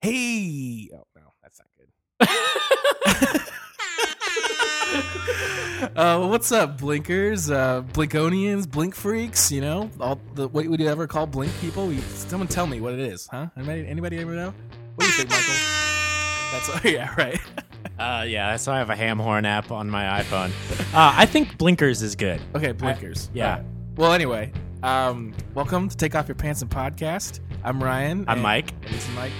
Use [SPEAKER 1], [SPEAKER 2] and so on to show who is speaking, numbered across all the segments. [SPEAKER 1] Hey, oh no, that's not good. uh, what's up, blinkers, uh, blinkonians, blink freaks? You know, all the what would you ever call blink people? You- someone tell me what it is, huh? Anybody, anybody ever know? What do you think, Michael? That's oh yeah, right.
[SPEAKER 2] Uh, yeah, that's why I have a ham horn app on my iPhone. Uh, I think blinkers is good.
[SPEAKER 1] Okay, blinkers.
[SPEAKER 2] yeah.
[SPEAKER 1] Alright. Well, anyway, um, welcome to Take Off Your Pants and Podcast. I'm Ryan.
[SPEAKER 2] I'm
[SPEAKER 1] and-
[SPEAKER 2] Mike.
[SPEAKER 1] and This is Mike.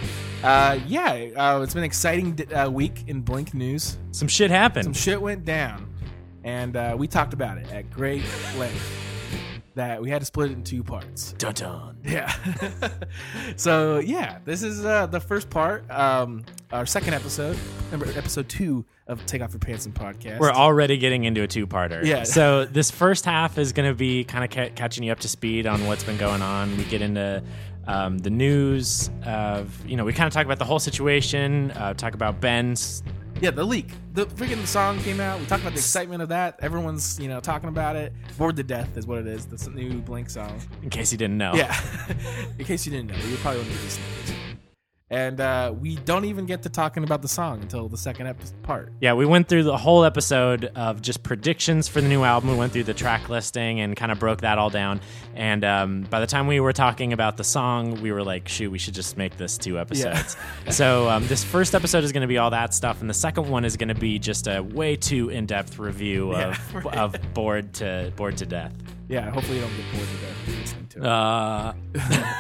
[SPEAKER 1] Uh, yeah, uh, it's been an exciting d- uh, week in Blink news.
[SPEAKER 2] Some shit happened.
[SPEAKER 1] Some shit went down, and uh, we talked about it at great length. That we had to split it in two parts.
[SPEAKER 2] dun dun.
[SPEAKER 1] Yeah. so yeah, this is uh, the first part, um, our second episode, number episode two of Take Off Your Pants and Podcast.
[SPEAKER 2] We're already getting into a two-parter.
[SPEAKER 1] Yeah.
[SPEAKER 2] So this first half is going to be kind of ca- catching you up to speed on what's been going on. We get into um, the news of you know we kind of talk about the whole situation. Uh, talk about Ben's.
[SPEAKER 1] yeah, the leak, the freaking song came out. We talked about the excitement of that. Everyone's you know talking about it. Bored to death is what it is. This new Blink song.
[SPEAKER 2] In case you didn't know.
[SPEAKER 1] Yeah. In case you didn't know, you probably wouldn't be listening to this. And uh, we don't even get to talking about the song until the second ep- part.
[SPEAKER 2] Yeah, we went through the whole episode of just predictions for the new album. We went through the track listing and kind of broke that all down. And um, by the time we were talking about the song, we were like, shoot, we should just make this two episodes. so um, this first episode is going to be all that stuff. And the second one is going to be just a way too in depth review
[SPEAKER 1] Yeah,
[SPEAKER 2] of,
[SPEAKER 1] right.
[SPEAKER 2] of Bored to Bored to Death.
[SPEAKER 1] Yeah, hopefully you don't get bored to death listening to it.
[SPEAKER 2] Uh,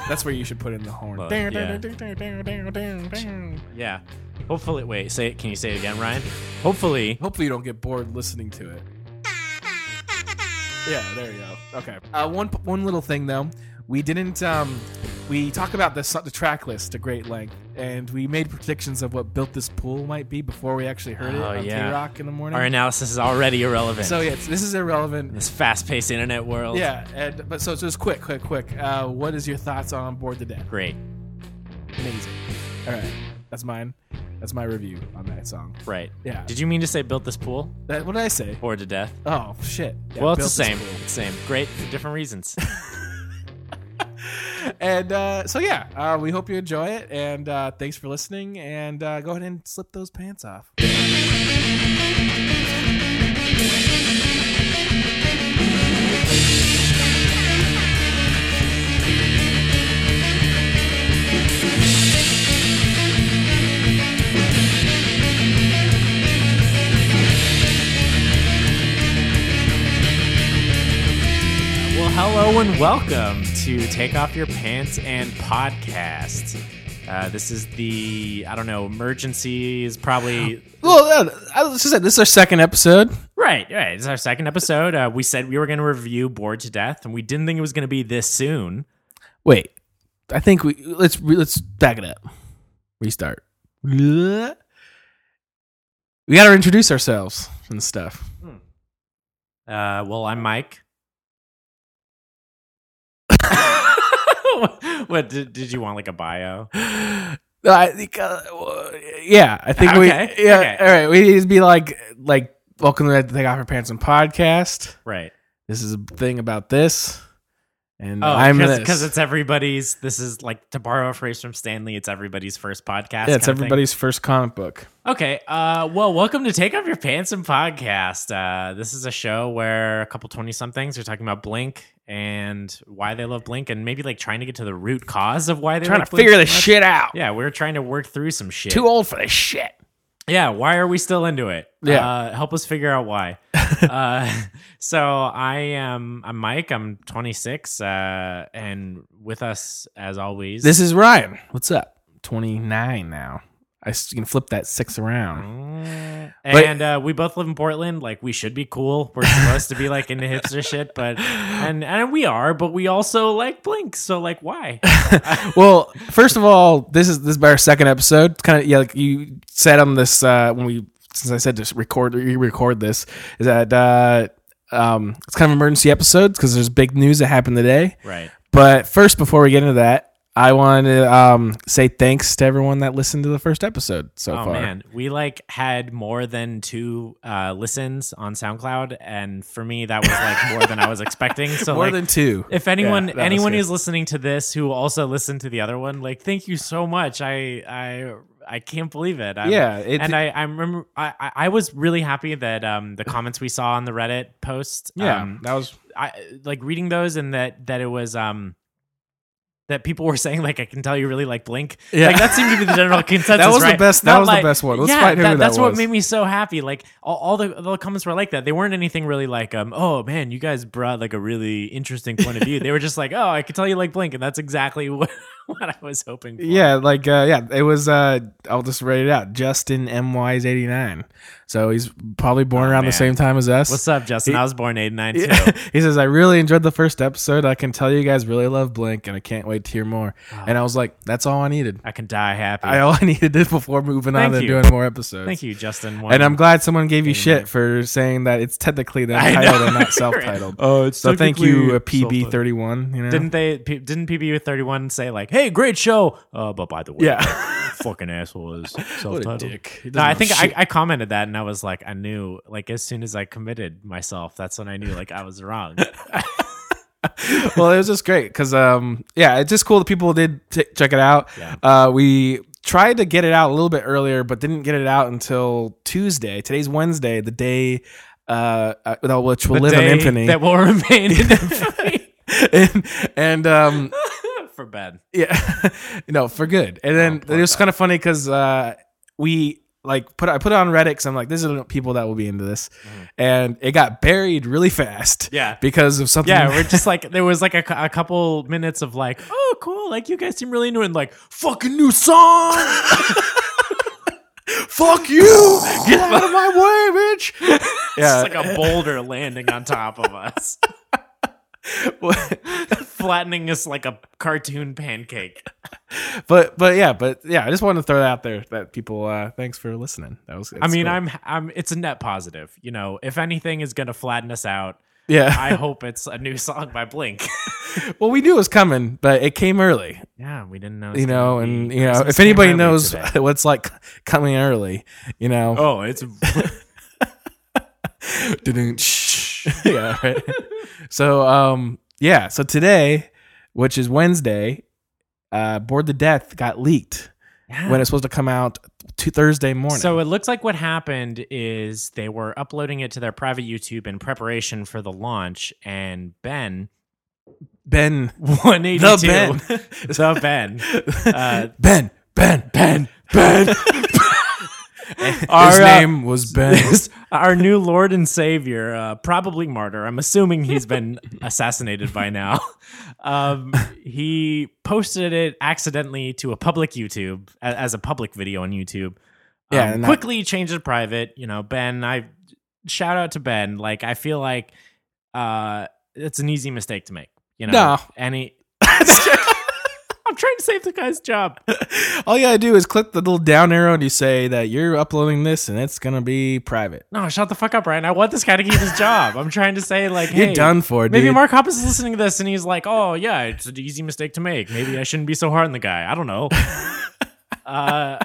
[SPEAKER 1] That's where you should put in the horn.
[SPEAKER 2] Well,
[SPEAKER 1] Dang,
[SPEAKER 2] yeah.
[SPEAKER 1] dang, dang, dang, dang, dang, dang, dang.
[SPEAKER 2] yeah. Hopefully, wait, say it. Can you say it again, Ryan? Hopefully.
[SPEAKER 1] Hopefully you don't get bored listening to it. Yeah, there you go. Okay. Uh, one one little thing though, we didn't. Um, we talk about the so- the track list to great length, and we made predictions of what built this pool might be before we actually heard it
[SPEAKER 2] Oh,
[SPEAKER 1] on
[SPEAKER 2] yeah.
[SPEAKER 1] K Rock in the morning.
[SPEAKER 2] Our analysis is already irrelevant.
[SPEAKER 1] So yeah, this is irrelevant.
[SPEAKER 2] this fast-paced internet world.
[SPEAKER 1] Yeah, and, but so just quick, quick, quick. Uh, what is your thoughts on Board the Dead?
[SPEAKER 2] Great.
[SPEAKER 1] Amazing. All right, that's mine. That's my review on that song.
[SPEAKER 2] Right.
[SPEAKER 1] Yeah.
[SPEAKER 2] Did you mean to say built this pool
[SPEAKER 1] That, what did I say?
[SPEAKER 2] or to death?
[SPEAKER 1] Oh shit. Yeah,
[SPEAKER 2] well, it's
[SPEAKER 1] built
[SPEAKER 2] the
[SPEAKER 1] this
[SPEAKER 2] same.
[SPEAKER 1] pool.
[SPEAKER 2] It's the same. Great for different reasons.
[SPEAKER 1] And uh, so yeah, uh, we hope you enjoy it, and uh, thanks for listening. And uh, go ahead and slip those pants off.
[SPEAKER 2] well, hello and welcome to Take Off Your Pants and Podcast. Uh, this is the I don't know emergency is probably
[SPEAKER 1] Well, uh, I was just saying, this is our second episode.
[SPEAKER 2] right. Right. It's our second episode. Uh, we said we were going to review Bored to Death, and we didn't think it was going to be this soon.
[SPEAKER 1] Wait, I think we let's re- let's back it up. Restart. We got to introduce ourselves and stuff.
[SPEAKER 2] Uh, well, I'm Mike. what did, did you want like a bio?
[SPEAKER 1] No, I think, uh, well, yeah, I think
[SPEAKER 2] Okay,
[SPEAKER 1] we, yeah,
[SPEAKER 2] okay.
[SPEAKER 1] all right. We need to be like, like, welcome to the Take Off Your Pants and podcast.
[SPEAKER 2] Right.
[SPEAKER 1] This is a thing about this, and
[SPEAKER 2] Oh,
[SPEAKER 1] I'm
[SPEAKER 2] cause,
[SPEAKER 1] this.
[SPEAKER 2] 'cause it's everybody's. This is like to borrow a phrase from Stanley. It's everybody's first podcast.
[SPEAKER 1] yeah, it's
[SPEAKER 2] kinda thing.
[SPEAKER 1] everybody's first comic book.
[SPEAKER 2] Okay. Uh, well, welcome to Take Off Your Pants and Podcast. Uh, this is a show where a couple twenty somethings are talking about Blink and why they love Blink, and maybe like trying to get to the root cause of why they
[SPEAKER 1] Trying
[SPEAKER 2] like
[SPEAKER 1] to
[SPEAKER 2] Blink
[SPEAKER 1] figure
[SPEAKER 2] so
[SPEAKER 1] this
[SPEAKER 2] much.
[SPEAKER 1] shit out.
[SPEAKER 2] Yeah, we're trying to work through some shit.
[SPEAKER 1] Too old for this shit.
[SPEAKER 2] yeah why are we still into it
[SPEAKER 1] Yeah.
[SPEAKER 2] uh, help us figure out why uh, so i am i'm mike i'm 26 uh, and with us as always
[SPEAKER 1] This is Ryan. What's up? Twenty nine now. I s- can flip that six around.
[SPEAKER 2] Mm.
[SPEAKER 1] But-
[SPEAKER 2] and uh, we both live in portland like we should be cool we're supposed to be like into hipster shit but and and we are but we also like blink so like why
[SPEAKER 1] well, first of all, this is this is our second episode. It's kind of yeah, like you said on this uh, when we since I said just record re-record this is that uh, um, it's kind of an emergency episode because there's big news that happened today.
[SPEAKER 2] right
[SPEAKER 1] But first, before we get into that, I want to um, say thanks to everyone that listened to the first episode so
[SPEAKER 2] oh
[SPEAKER 1] far.
[SPEAKER 2] man, we like had more than two uh, listens on SoundCloud, and for me that was like more than I was expecting. So
[SPEAKER 1] More
[SPEAKER 2] like,
[SPEAKER 1] than two.
[SPEAKER 2] if anyone
[SPEAKER 1] that was
[SPEAKER 2] anyone
[SPEAKER 1] good.
[SPEAKER 2] who's listening to this who also listened to the other one, like thank you so much. I I I can't believe it. I'm,
[SPEAKER 1] Yeah, it-
[SPEAKER 2] and I I remember I I I was really happy that um the comments we saw on the Reddit post
[SPEAKER 1] Yeah,
[SPEAKER 2] um,
[SPEAKER 1] that was
[SPEAKER 2] I like reading those and that that it was um that people were saying like I can tell you really like Blink.
[SPEAKER 1] Yeah.
[SPEAKER 2] Like that seemed to be the general consensus.
[SPEAKER 1] That was the
[SPEAKER 2] right?
[SPEAKER 1] best- that
[SPEAKER 2] Not
[SPEAKER 1] was the
[SPEAKER 2] like-
[SPEAKER 1] best one. Let's
[SPEAKER 2] yeah,
[SPEAKER 1] find out who that
[SPEAKER 2] That's what
[SPEAKER 1] was.
[SPEAKER 2] made me so happy. Like all, all the all the comments were like that. They weren't anything really like um oh man you guys brought like a really interesting point of view. they were just like oh I could tell you like Blink and that's exactly what, what I was hoping. For.
[SPEAKER 1] yeah, like uh, yeah, it was. Uh, I'll just write it out. Justin My's eighty nine, so he's probably born around
[SPEAKER 2] Oh, man.
[SPEAKER 1] the same time as us.
[SPEAKER 2] What's up, Justin? I was born eighty nine too.
[SPEAKER 1] Yeah. he says, I really enjoyed the first episode. I can tell you guys really love Blink and I can't wait to hear more.
[SPEAKER 2] Oh.
[SPEAKER 1] And I was like, that's all I needed.
[SPEAKER 2] I can die happy.
[SPEAKER 1] I all I needed is before moving
[SPEAKER 2] Thank
[SPEAKER 1] on and
[SPEAKER 2] you.
[SPEAKER 1] doing more episodes.
[SPEAKER 2] Thank you, Justin. One-
[SPEAKER 1] And I'm glad someone gave you shit for saying that it's technically the
[SPEAKER 2] I know.
[SPEAKER 1] titled and not
[SPEAKER 2] Right.
[SPEAKER 1] self-titled.
[SPEAKER 2] Oh, it's
[SPEAKER 1] so thank you, uh,
[SPEAKER 2] technically
[SPEAKER 1] PB31. You know,
[SPEAKER 2] Didn't they? P- didn't PBU thirty one say like, "Hey, great show," uh, but by the way,
[SPEAKER 1] Yeah.
[SPEAKER 2] fucking asshole is
[SPEAKER 1] what a
[SPEAKER 2] self-titled.
[SPEAKER 1] dick. He
[SPEAKER 2] No,
[SPEAKER 1] doesn't
[SPEAKER 2] I
[SPEAKER 1] know
[SPEAKER 2] think
[SPEAKER 1] shit.
[SPEAKER 2] I, I commented that, and I was like, I knew. Like as soon as I committed myself, that's when I knew like I was wrong.
[SPEAKER 1] well, it was just great because, um, yeah, it's just cool that people did t- check it out.
[SPEAKER 2] Yeah.
[SPEAKER 1] Uh, we tried to get it out a little bit earlier, but didn't get it out until Tuesday. Today's Wednesday, the day uh, uh, without which will
[SPEAKER 2] The
[SPEAKER 1] live in
[SPEAKER 2] day
[SPEAKER 1] infamy.
[SPEAKER 2] that will remain in infamy
[SPEAKER 1] and and um,
[SPEAKER 2] for bad.
[SPEAKER 1] yeah, no, for good. And
[SPEAKER 2] Oh,
[SPEAKER 1] then it was kind of funny because uh, we like put I put it on Reddit because I'm like, these are the people that will be into this, and it got buried really fast.
[SPEAKER 2] Mm-hmm. Yeah.
[SPEAKER 1] because of something.
[SPEAKER 2] Yeah, we're just like there was like a, cou- a couple minutes of like, oh, cool, like you guys seem really into it, and like fucking new song.
[SPEAKER 1] fuck you, get out of my way, bitch. yeah,
[SPEAKER 2] It's like a boulder landing on top of us. flattening us like a cartoon pancake.
[SPEAKER 1] but but yeah, but yeah, I just wanted to throw that out there that people uh thanks for listening. That was
[SPEAKER 2] I
[SPEAKER 1] it's
[SPEAKER 2] mean,
[SPEAKER 1] cool.
[SPEAKER 2] I'm I'm it's a net positive. You know, if anything is gonna flatten us out,
[SPEAKER 1] yeah.
[SPEAKER 2] I hope it's a new song by Blink.
[SPEAKER 1] well, we knew it was coming, but it came early,
[SPEAKER 2] yeah, we didn't know. it was
[SPEAKER 1] you know,
[SPEAKER 2] gonna
[SPEAKER 1] and
[SPEAKER 2] be-
[SPEAKER 1] you know,
[SPEAKER 2] Christmas
[SPEAKER 1] if anybody
[SPEAKER 2] came early
[SPEAKER 1] knows
[SPEAKER 2] today.
[SPEAKER 1] what's like coming early, you know.
[SPEAKER 2] Oh, it's Oh.
[SPEAKER 1] dun-dun, shh. yeah, right. so um yeah, so today, which is Wednesday, uh Board the Death got leaked when it's supposed to come out to Thursday morning.
[SPEAKER 2] So it looks like what happened is they were uploading it to their private YouTube in preparation for the launch, and Ben
[SPEAKER 1] Ben
[SPEAKER 2] 182 the Ben uh,
[SPEAKER 1] Ben Ben Ben Ben His
[SPEAKER 2] Our, uh,
[SPEAKER 1] name was Ben.
[SPEAKER 2] This- our new Lord and Savior, uh, probably martyr. I'm assuming he's been assassinated by now. Um, he posted it accidentally to a public YouTube a- as a public video on YouTube. Um,
[SPEAKER 1] Yeah, and that-
[SPEAKER 2] quickly changed to private. You know, Ben. I shout out to Ben. Like, I feel like uh, it's an easy mistake to make. You know,
[SPEAKER 1] No.
[SPEAKER 2] and he. I'm trying to save the guy's job.
[SPEAKER 1] All you gotta do is click the little down arrow and you say that you're uploading this and it's gonna be private.
[SPEAKER 2] No, shut the fuck up, Ryan. I want this guy to keep his job. I'm trying to say, like, hey,
[SPEAKER 1] You're done for, dude.
[SPEAKER 2] Maybe Mark Hoppus is listening to this and he's like, "Oh yeah, it's an easy mistake to make. Maybe I shouldn't be so hard on the guy. I don't know. uh,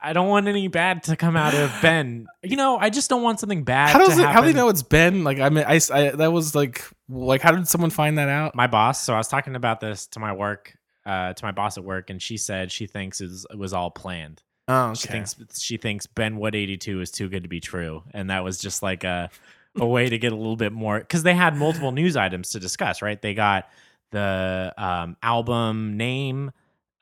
[SPEAKER 2] I don't want any bad to come out of Ben. You know, I just don't want something bad.
[SPEAKER 1] how
[SPEAKER 2] to
[SPEAKER 1] does it, how do
[SPEAKER 2] happen.
[SPEAKER 1] they know it's Ben? Like I mean, I, I- that was like like how did someone find that out?
[SPEAKER 2] My boss. So I was talking about this to my work, uh, to my boss at work, and she said she thinks it was, it was all planned.
[SPEAKER 1] Oh,
[SPEAKER 2] She thinks she thinks Ben Wood eighty two is too good to be true, and that was just like a a way to get a little bit more because they had multiple news items to discuss. Right, they got the um, album name,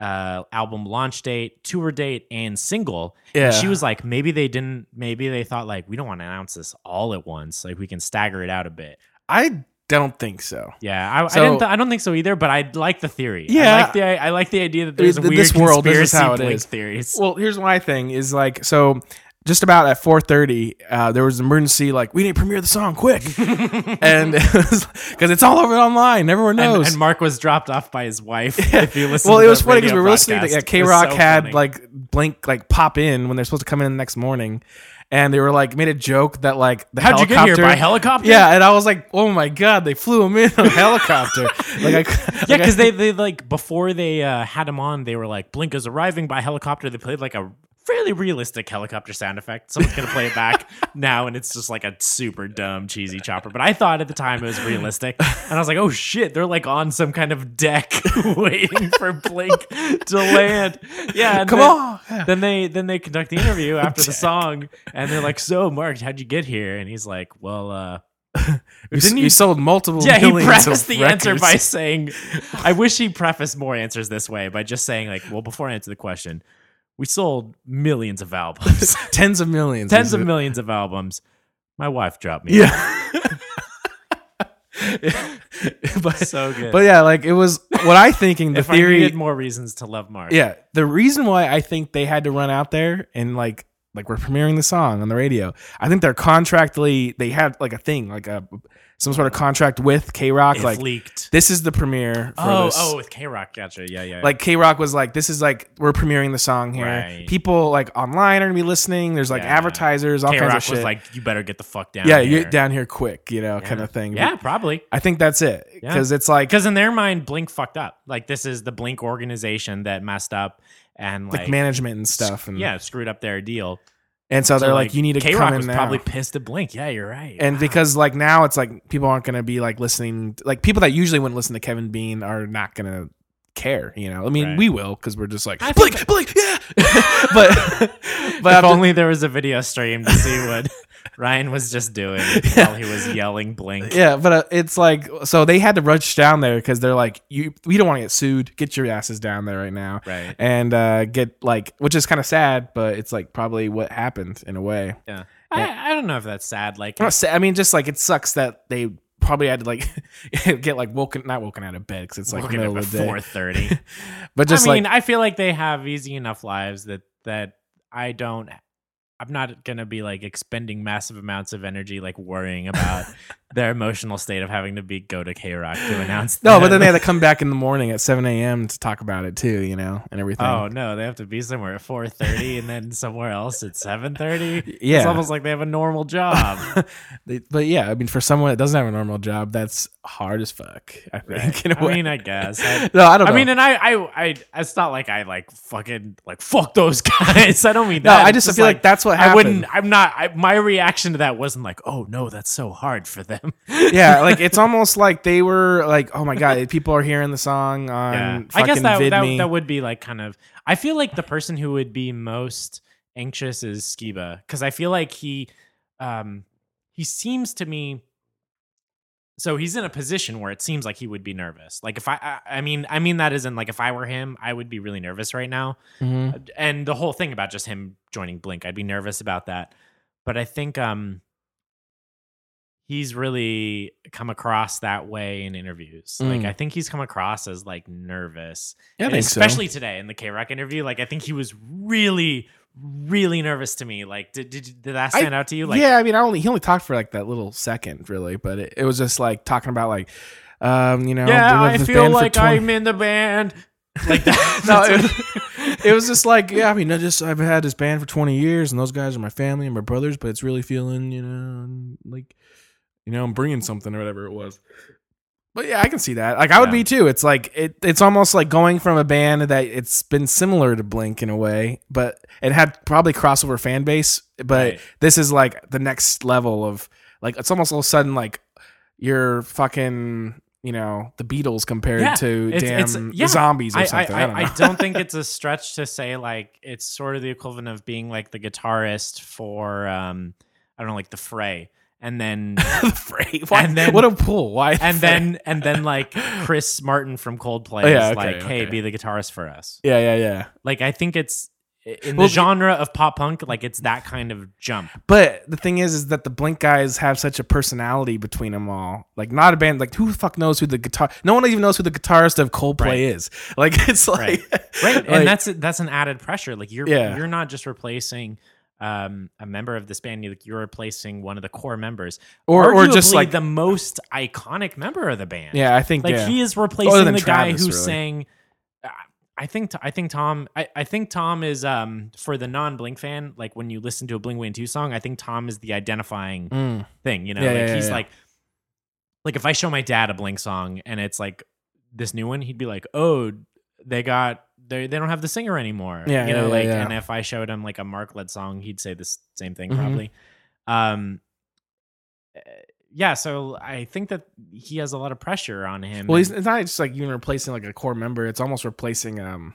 [SPEAKER 2] uh, album launch date, tour date, and single. And
[SPEAKER 1] Yeah.
[SPEAKER 2] she was like, maybe they didn't. Maybe they thought like we don't want to announce this all at once. Like we can stagger it out a bit.
[SPEAKER 1] I don't think so.
[SPEAKER 2] Yeah, I,
[SPEAKER 1] So-
[SPEAKER 2] I didn't. Th- I don't think so either. But I like the theory.
[SPEAKER 1] Yeah.
[SPEAKER 2] I like the I like the idea that there's a
[SPEAKER 1] Th-
[SPEAKER 2] weird
[SPEAKER 1] this world, this is
[SPEAKER 2] conspiracy
[SPEAKER 1] how it
[SPEAKER 2] Blink
[SPEAKER 1] is.
[SPEAKER 2] theories.
[SPEAKER 1] Well, here's my thing is like so just about at 4:30 uh, there was an emergency like we need to premiere the song quick. and cuz it's all over online, everyone
[SPEAKER 2] And-
[SPEAKER 1] knows.
[SPEAKER 2] And, Mark was dropped off by his wife. If you listen,
[SPEAKER 1] well,
[SPEAKER 2] to
[SPEAKER 1] it was
[SPEAKER 2] the
[SPEAKER 1] funny because we
[SPEAKER 2] radio
[SPEAKER 1] were listening.
[SPEAKER 2] broadcast.
[SPEAKER 1] To, yeah,
[SPEAKER 2] It
[SPEAKER 1] K
[SPEAKER 2] was
[SPEAKER 1] Rock
[SPEAKER 2] so
[SPEAKER 1] had
[SPEAKER 2] funny.
[SPEAKER 1] like Blink like pop in when they're supposed to come in the next morning, and they were like made a joke that like the
[SPEAKER 2] How'd you get here
[SPEAKER 1] helicopter-
[SPEAKER 2] by helicopter?
[SPEAKER 1] Yeah, and I was like, oh my god, they flew him in on a helicopter. like, I,
[SPEAKER 2] Yeah,
[SPEAKER 1] like I-
[SPEAKER 2] because they, they like before they uh, had him on, they were like Blink is arriving by helicopter. They played like a fairly realistic helicopter sound effect. Someone's gonna play it back now, and it's just like a super dumb cheesy chopper. But I thought at the time it was realistic, and I was like, oh shit, they're like on some kind of deck waiting for Blink to land. Yeah, and
[SPEAKER 1] Come
[SPEAKER 2] then-
[SPEAKER 1] on. Yeah.
[SPEAKER 2] Then they then they conduct the interview after the song, and they're like, so Mark, how'd you get here? And he's like, well. uh
[SPEAKER 1] we,
[SPEAKER 2] didn't
[SPEAKER 1] we
[SPEAKER 2] you-
[SPEAKER 1] sold multiple.
[SPEAKER 2] yeah, he
[SPEAKER 1] millions
[SPEAKER 2] prefaced
[SPEAKER 1] of
[SPEAKER 2] the
[SPEAKER 1] records.
[SPEAKER 2] answer by saying, I wish he prefaced more answers this way by just saying, like, well, before I answer the question, we sold millions of albums,
[SPEAKER 1] tens of millions,
[SPEAKER 2] tens of
[SPEAKER 1] Is it-
[SPEAKER 2] millions of albums. My wife dropped me.
[SPEAKER 1] Yeah. but,
[SPEAKER 2] So good.
[SPEAKER 1] but yeah, like it was what I thinking. The
[SPEAKER 2] if I
[SPEAKER 1] theory,
[SPEAKER 2] needed more reasons to love Mark.
[SPEAKER 1] yeah, the reason why I think they had to run out there and like like we're premiering the song on the radio. I think they're contractually they had like a thing like a some sort of contract with K Rock
[SPEAKER 2] If
[SPEAKER 1] like.
[SPEAKER 2] leaked.
[SPEAKER 1] This is the premiere for
[SPEAKER 2] Oh,
[SPEAKER 1] this.
[SPEAKER 2] oh, with K Rock. Gotcha. Yeah, yeah.
[SPEAKER 1] like K Rock was like, this is like we're premiering the song here.
[SPEAKER 2] Right.
[SPEAKER 1] People like online are gonna be listening. There's like
[SPEAKER 2] Yeah.
[SPEAKER 1] advertisers, all
[SPEAKER 2] K
[SPEAKER 1] kinds
[SPEAKER 2] Rock
[SPEAKER 1] of
[SPEAKER 2] was
[SPEAKER 1] shit.
[SPEAKER 2] like, you better get the fuck down.
[SPEAKER 1] yeah,
[SPEAKER 2] here.
[SPEAKER 1] you down here quick, you know, kind of thing.
[SPEAKER 2] Yeah,
[SPEAKER 1] But
[SPEAKER 2] probably.
[SPEAKER 1] I think that's it
[SPEAKER 2] Yeah.
[SPEAKER 1] because it's like,
[SPEAKER 2] Because in their mind, Blink fucked up. Like, this is the Blink organization that messed up and,
[SPEAKER 1] like
[SPEAKER 2] like
[SPEAKER 1] management and stuff, and
[SPEAKER 2] yeah, screwed up their deal.
[SPEAKER 1] And so, they're like, you need to
[SPEAKER 2] K
[SPEAKER 1] come
[SPEAKER 2] Rock
[SPEAKER 1] in
[SPEAKER 2] was
[SPEAKER 1] now.
[SPEAKER 2] probably pissed at Blink. Yeah, you're right.
[SPEAKER 1] and because like now it's like people aren't gonna be like listening. Like people that usually wouldn't listen to Kevin Bean are not gonna care. You know, I mean,
[SPEAKER 2] Right.
[SPEAKER 1] we will because we're just like
[SPEAKER 2] I
[SPEAKER 1] Blink, Blink, yeah. but but
[SPEAKER 2] if
[SPEAKER 1] after-
[SPEAKER 2] only there was a video stream to see what Ryan was just doing while he was yelling Blink.
[SPEAKER 1] Yeah, but uh, it's like so they had to rush down there because they're like, you we don't want to get sued. Get your asses down there right now,
[SPEAKER 2] Right.
[SPEAKER 1] and uh, get like, which is kind of sad, but it's like probably what happened in a way.
[SPEAKER 2] Yeah. I, I don't know if that's sad. Like,
[SPEAKER 1] I'm not sa- I mean, just like it sucks that they probably had to like get like woken, not woken out of bed because it's like
[SPEAKER 2] working
[SPEAKER 1] middle
[SPEAKER 2] up at
[SPEAKER 1] of the day.
[SPEAKER 2] four thirty.
[SPEAKER 1] But
[SPEAKER 2] I
[SPEAKER 1] just
[SPEAKER 2] mean,
[SPEAKER 1] like
[SPEAKER 2] I feel like they have easy enough lives that that I don't. I'm not gonna be like expending massive amounts of energy, like worrying about their emotional state of having to be go to K Rock to announce.
[SPEAKER 1] no, but
[SPEAKER 2] them.
[SPEAKER 1] then they had to come back in the morning at seven a.m. to talk about it too, you know, and everything.
[SPEAKER 2] Oh no, they have to be somewhere at four thirty and then somewhere else at seven thirty.
[SPEAKER 1] Yeah.
[SPEAKER 2] It's almost like they have a normal job.
[SPEAKER 1] They- but yeah, I mean, for someone that doesn't have a normal job, that's hard as fuck. I think. In a
[SPEAKER 2] I
[SPEAKER 1] way.
[SPEAKER 2] mean, I guess. I,
[SPEAKER 1] no, I don't.
[SPEAKER 2] I
[SPEAKER 1] know.
[SPEAKER 2] mean, and I, I, I, it's not like I like fucking like fuck those guys. I don't mean
[SPEAKER 1] No,
[SPEAKER 2] that.
[SPEAKER 1] I
[SPEAKER 2] It's
[SPEAKER 1] just, feel like, that's what happened.
[SPEAKER 2] I wouldn't. I'm not. I, my reaction to that wasn't like, oh no, that's so hard for them.
[SPEAKER 1] yeah, like it's almost like they were like, oh my god, people are hearing the song on
[SPEAKER 2] Yeah.
[SPEAKER 1] um, fucking
[SPEAKER 2] I guess that, that
[SPEAKER 1] VidMe.
[SPEAKER 2] that would be like kind of. I feel like the person who would be most anxious is Skiba because I feel like he, um, he seems to me. So he's in a position where it seems like he would be nervous. Like if I, I, I mean, I mean that isn't like if I were him, I would be really nervous right now.
[SPEAKER 1] Mhm.
[SPEAKER 2] and the whole thing about just him joining Blink, I'd be nervous about that. But I think um he's really come across that way in interviews. Like
[SPEAKER 1] Mm.
[SPEAKER 2] I think he's come across as like nervous.
[SPEAKER 1] Yeah, I
[SPEAKER 2] And
[SPEAKER 1] think so.
[SPEAKER 2] especially today in the K Rock interview. Like I think he was really, really nervous to me. Like did did, did that
[SPEAKER 1] I-
[SPEAKER 2] stand out to you? Like
[SPEAKER 1] yeah, I mean, I only he only talked for like that little second, really, but it, it was just like talking about like, um, you know,
[SPEAKER 2] yeah
[SPEAKER 1] been with
[SPEAKER 2] I
[SPEAKER 1] this
[SPEAKER 2] feel
[SPEAKER 1] band for
[SPEAKER 2] like
[SPEAKER 1] 20
[SPEAKER 2] I'm in the band. Like that.
[SPEAKER 1] No,
[SPEAKER 2] That's
[SPEAKER 1] it- It was just like, yeah, I mean, I just I've had this band for twenty years, and those guys are my family and my brothers, but it's really feeling, you know, and, like, you know, I'm bringing something or whatever it was. But yeah, I can see that. Like, I would
[SPEAKER 2] Yeah.
[SPEAKER 1] be too. It's like it. It's almost like going from a band that it's been similar to Blink in a way, but it had probably crossover fan base. But
[SPEAKER 2] Right.
[SPEAKER 1] this is like the next level of like it's almost all of a sudden like you're fucking. You know the Beatles compared
[SPEAKER 2] Yeah,
[SPEAKER 1] to
[SPEAKER 2] it's-
[SPEAKER 1] damn
[SPEAKER 2] it's- yeah.
[SPEAKER 1] zombies or
[SPEAKER 2] I,
[SPEAKER 1] something.
[SPEAKER 2] I,
[SPEAKER 1] I,
[SPEAKER 2] I,
[SPEAKER 1] don't know.
[SPEAKER 2] I don't think it's a stretch to say like it's sort of the equivalent of being like the guitarist for um I don't know like the Fray and then
[SPEAKER 1] Frey. Why?
[SPEAKER 2] And then-
[SPEAKER 1] what a pull. Why?
[SPEAKER 2] and
[SPEAKER 1] Frey?
[SPEAKER 2] then and then like Chris Martin from Coldplay
[SPEAKER 1] Oh, yeah, okay,
[SPEAKER 2] is like hey
[SPEAKER 1] okay.
[SPEAKER 2] be the guitarist for us
[SPEAKER 1] Yeah, yeah, yeah.
[SPEAKER 2] like I think it's in
[SPEAKER 1] Well,
[SPEAKER 2] the genre of pop punk like it's that kind of jump
[SPEAKER 1] But the thing is, is that the Blink guys have such a personality between them all. Like, not a band. Like, who the fuck knows who the guitar? No one even knows who the guitarist of Coldplay
[SPEAKER 2] Right.
[SPEAKER 1] is. Like, it's like,
[SPEAKER 2] right
[SPEAKER 1] like-
[SPEAKER 2] and that's that's an added pressure like you're
[SPEAKER 1] Yeah.
[SPEAKER 2] you're not just replacing um, a member of this band, you- like you're replacing one of the core members,
[SPEAKER 1] or or just
[SPEAKER 2] Arguably
[SPEAKER 1] like,
[SPEAKER 2] the most iconic member of the band.
[SPEAKER 1] yeah, I think
[SPEAKER 2] Like
[SPEAKER 1] yeah.
[SPEAKER 2] he is replacing
[SPEAKER 1] than
[SPEAKER 2] the guy
[SPEAKER 1] Travis,
[SPEAKER 2] who
[SPEAKER 1] really.
[SPEAKER 2] sang. I- I think I think Tom I, I think Tom is um for the non Blink fan like when you listen to a Blink One Two song I think Tom is the identifying
[SPEAKER 1] Mm.
[SPEAKER 2] thing you know
[SPEAKER 1] Yeah,
[SPEAKER 2] like
[SPEAKER 1] yeah,
[SPEAKER 2] he's
[SPEAKER 1] yeah.
[SPEAKER 2] like like if I show my dad a Blink song and it's like this new one he'd be like oh they got they they don't have the singer anymore
[SPEAKER 1] Yeah,
[SPEAKER 2] you know
[SPEAKER 1] yeah, yeah,
[SPEAKER 2] like
[SPEAKER 1] yeah.
[SPEAKER 2] and if I showed him like a Mark led song he'd say the s- same thing
[SPEAKER 1] Mhm.
[SPEAKER 2] probably um uh, yeah so I think that he has a lot of pressure on him
[SPEAKER 1] Well,
[SPEAKER 2] and-
[SPEAKER 1] he's, it's not just like even replacing like a core member. It's almost replacing um,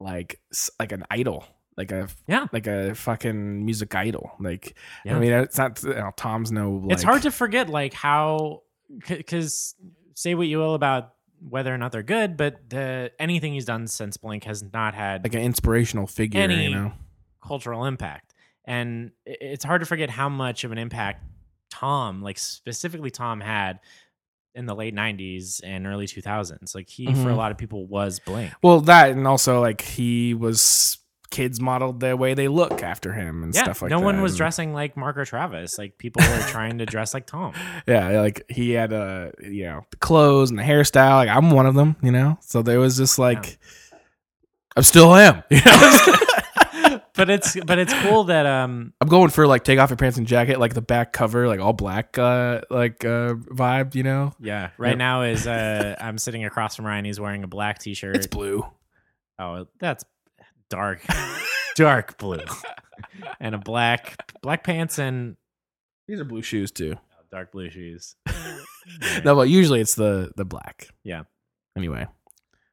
[SPEAKER 1] like s- like an idol, like a
[SPEAKER 2] Yeah.
[SPEAKER 1] like a fucking music idol. Like I
[SPEAKER 2] Yeah.
[SPEAKER 1] mean, it's not you know, Tom's no. Like,
[SPEAKER 2] it's hard to forget like how because say what you will about whether or not they're good but the anything he's done since blink has not had
[SPEAKER 1] like an inspirational figure,
[SPEAKER 2] Any-
[SPEAKER 1] you know.
[SPEAKER 2] cultural impact and i- it's hard to forget how much of an impact tom like specifically tom had in the late 90s and early 2000s like he for a
[SPEAKER 1] Mhm.
[SPEAKER 2] lot of people was blink
[SPEAKER 1] Well, that and also like he was kids modeled the way they look after him and
[SPEAKER 2] yeah
[SPEAKER 1] stuff like
[SPEAKER 2] no
[SPEAKER 1] that.
[SPEAKER 2] one was
[SPEAKER 1] and-
[SPEAKER 2] dressing like mark or travis like people were trying to dress like tom
[SPEAKER 1] Yeah, like he had uh you know the clothes and the hairstyle. Like I'm one of them, you know. So there was just like I'm still am. You know?
[SPEAKER 2] but it's but it's cool that um
[SPEAKER 1] I'm going for like take off your pants and jacket, like the back cover, like all black, uh, like uh, vibe. You know,
[SPEAKER 2] Yeah. Right
[SPEAKER 1] Yep.
[SPEAKER 2] now is uh I'm sitting across from Ryan. He's wearing a black t-shirt.
[SPEAKER 1] it's blue.
[SPEAKER 2] oh, that's dark, dark blue, and a black black pants and
[SPEAKER 1] These are blue shoes too.
[SPEAKER 2] dark blue shoes. Mm-hmm.
[SPEAKER 1] No, but usually it's the the black.
[SPEAKER 2] Yeah.
[SPEAKER 1] Anyway,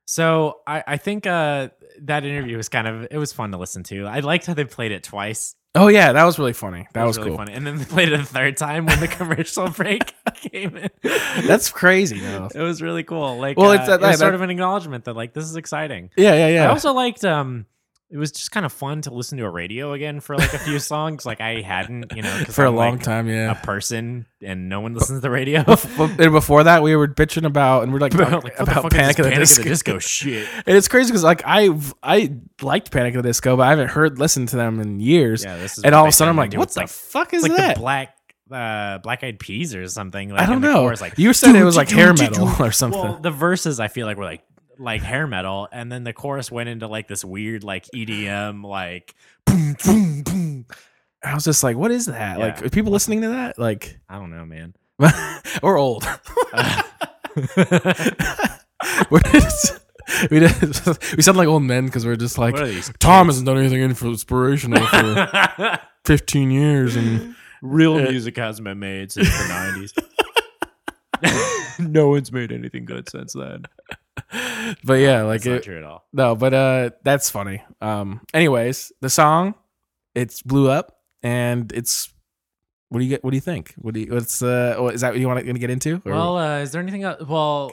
[SPEAKER 2] So I I think uh that interview was kind of it was fun to listen to. I liked how they played it twice.
[SPEAKER 1] oh yeah, that was really funny. That
[SPEAKER 2] It
[SPEAKER 1] was,
[SPEAKER 2] really
[SPEAKER 1] cool.
[SPEAKER 2] funny. And then they played it a third time when the commercial break came in.
[SPEAKER 1] That's crazy. Though.
[SPEAKER 2] it was really cool. Like
[SPEAKER 1] Well,
[SPEAKER 2] well,
[SPEAKER 1] it's
[SPEAKER 2] it's
[SPEAKER 1] that- that-
[SPEAKER 2] sort of an acknowledgement that like this is exciting.
[SPEAKER 1] Yeah, yeah,
[SPEAKER 2] I
[SPEAKER 1] yeah.
[SPEAKER 2] also liked um it was just kind of fun to listen to a radio again for like a few songs like I hadn't, you know, 'cause
[SPEAKER 1] for a
[SPEAKER 2] I'm,
[SPEAKER 1] long
[SPEAKER 2] like,
[SPEAKER 1] time, yeah.
[SPEAKER 2] a person and no one listens to the radio.
[SPEAKER 1] Bef- and before that, we were bitching about and we're like,
[SPEAKER 2] Bro,
[SPEAKER 1] talking
[SPEAKER 2] like, what the
[SPEAKER 1] about
[SPEAKER 2] fuck is
[SPEAKER 1] Panic
[SPEAKER 2] this
[SPEAKER 1] at the
[SPEAKER 2] Panic at
[SPEAKER 1] Disco.
[SPEAKER 2] the Disco shit?
[SPEAKER 1] And it's crazy because like I've I liked Panic at the Disco, but I haven't heard listened to them in years.
[SPEAKER 2] Yeah, this is
[SPEAKER 1] and
[SPEAKER 2] what
[SPEAKER 1] all
[SPEAKER 2] they
[SPEAKER 1] of a sudden, I'm
[SPEAKER 2] kinda
[SPEAKER 1] like,
[SPEAKER 2] do.
[SPEAKER 1] what
[SPEAKER 2] It's
[SPEAKER 1] the
[SPEAKER 2] like-
[SPEAKER 1] fuck
[SPEAKER 2] It's
[SPEAKER 1] is
[SPEAKER 2] like
[SPEAKER 1] that?
[SPEAKER 2] the black uh black eyed peas or something like
[SPEAKER 1] I don't
[SPEAKER 2] and the
[SPEAKER 1] know.
[SPEAKER 2] chorus, like
[SPEAKER 1] you said it was
[SPEAKER 2] "Doo,
[SPEAKER 1] like
[SPEAKER 2] doo,
[SPEAKER 1] hair
[SPEAKER 2] doo,
[SPEAKER 1] metal
[SPEAKER 2] doo."
[SPEAKER 1] or something.
[SPEAKER 2] Well, the verses I feel like were like like hair metal, and then the chorus went into like this weird like EDM like boom boom boom.
[SPEAKER 1] I was just like, what is that? Like,
[SPEAKER 2] Yeah.
[SPEAKER 1] are people listening to that? Like,
[SPEAKER 2] I don't know, man.
[SPEAKER 1] we're old.
[SPEAKER 2] what
[SPEAKER 1] we're just, we just, we sound like old men because we're just like
[SPEAKER 2] are these?
[SPEAKER 1] Tom hasn't done anything inf- inspirational for
[SPEAKER 2] kids?
[SPEAKER 1] 15 years, and
[SPEAKER 2] Real
[SPEAKER 1] Uh,
[SPEAKER 2] music hasn't been made since the nineties. no one's made anything good since then.
[SPEAKER 1] but yeah, like
[SPEAKER 2] That's not
[SPEAKER 1] it,
[SPEAKER 2] true at all.
[SPEAKER 1] no, but uh, that's funny. Um, anyways, the song it's blew up, and it's what do you get? What do you think? What do you? What's uh? What, is that what you want to get into? Or-
[SPEAKER 2] Well, uh, is there anything else? Well,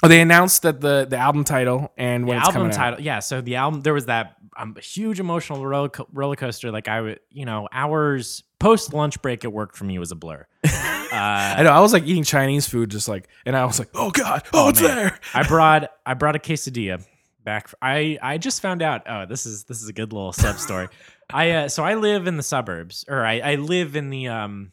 [SPEAKER 1] Oh, they announced that the the album title and
[SPEAKER 2] the
[SPEAKER 1] when it's
[SPEAKER 2] album
[SPEAKER 1] coming out.
[SPEAKER 2] title, yeah. So the album, there was that um, huge emotional roller, co- roller coaster. Like I would, you know, hours post lunch break at work for me was a blur. Uh,
[SPEAKER 1] I know. I was like eating Chinese food, just like, and I was like, "Oh God, oh,
[SPEAKER 2] Oh,
[SPEAKER 1] it's
[SPEAKER 2] man.
[SPEAKER 1] there!"
[SPEAKER 2] I brought I brought a quesadilla back. I I just found out. Oh, this is this is a good little sub story. I uh, so I live in the suburbs, or I I live in the um,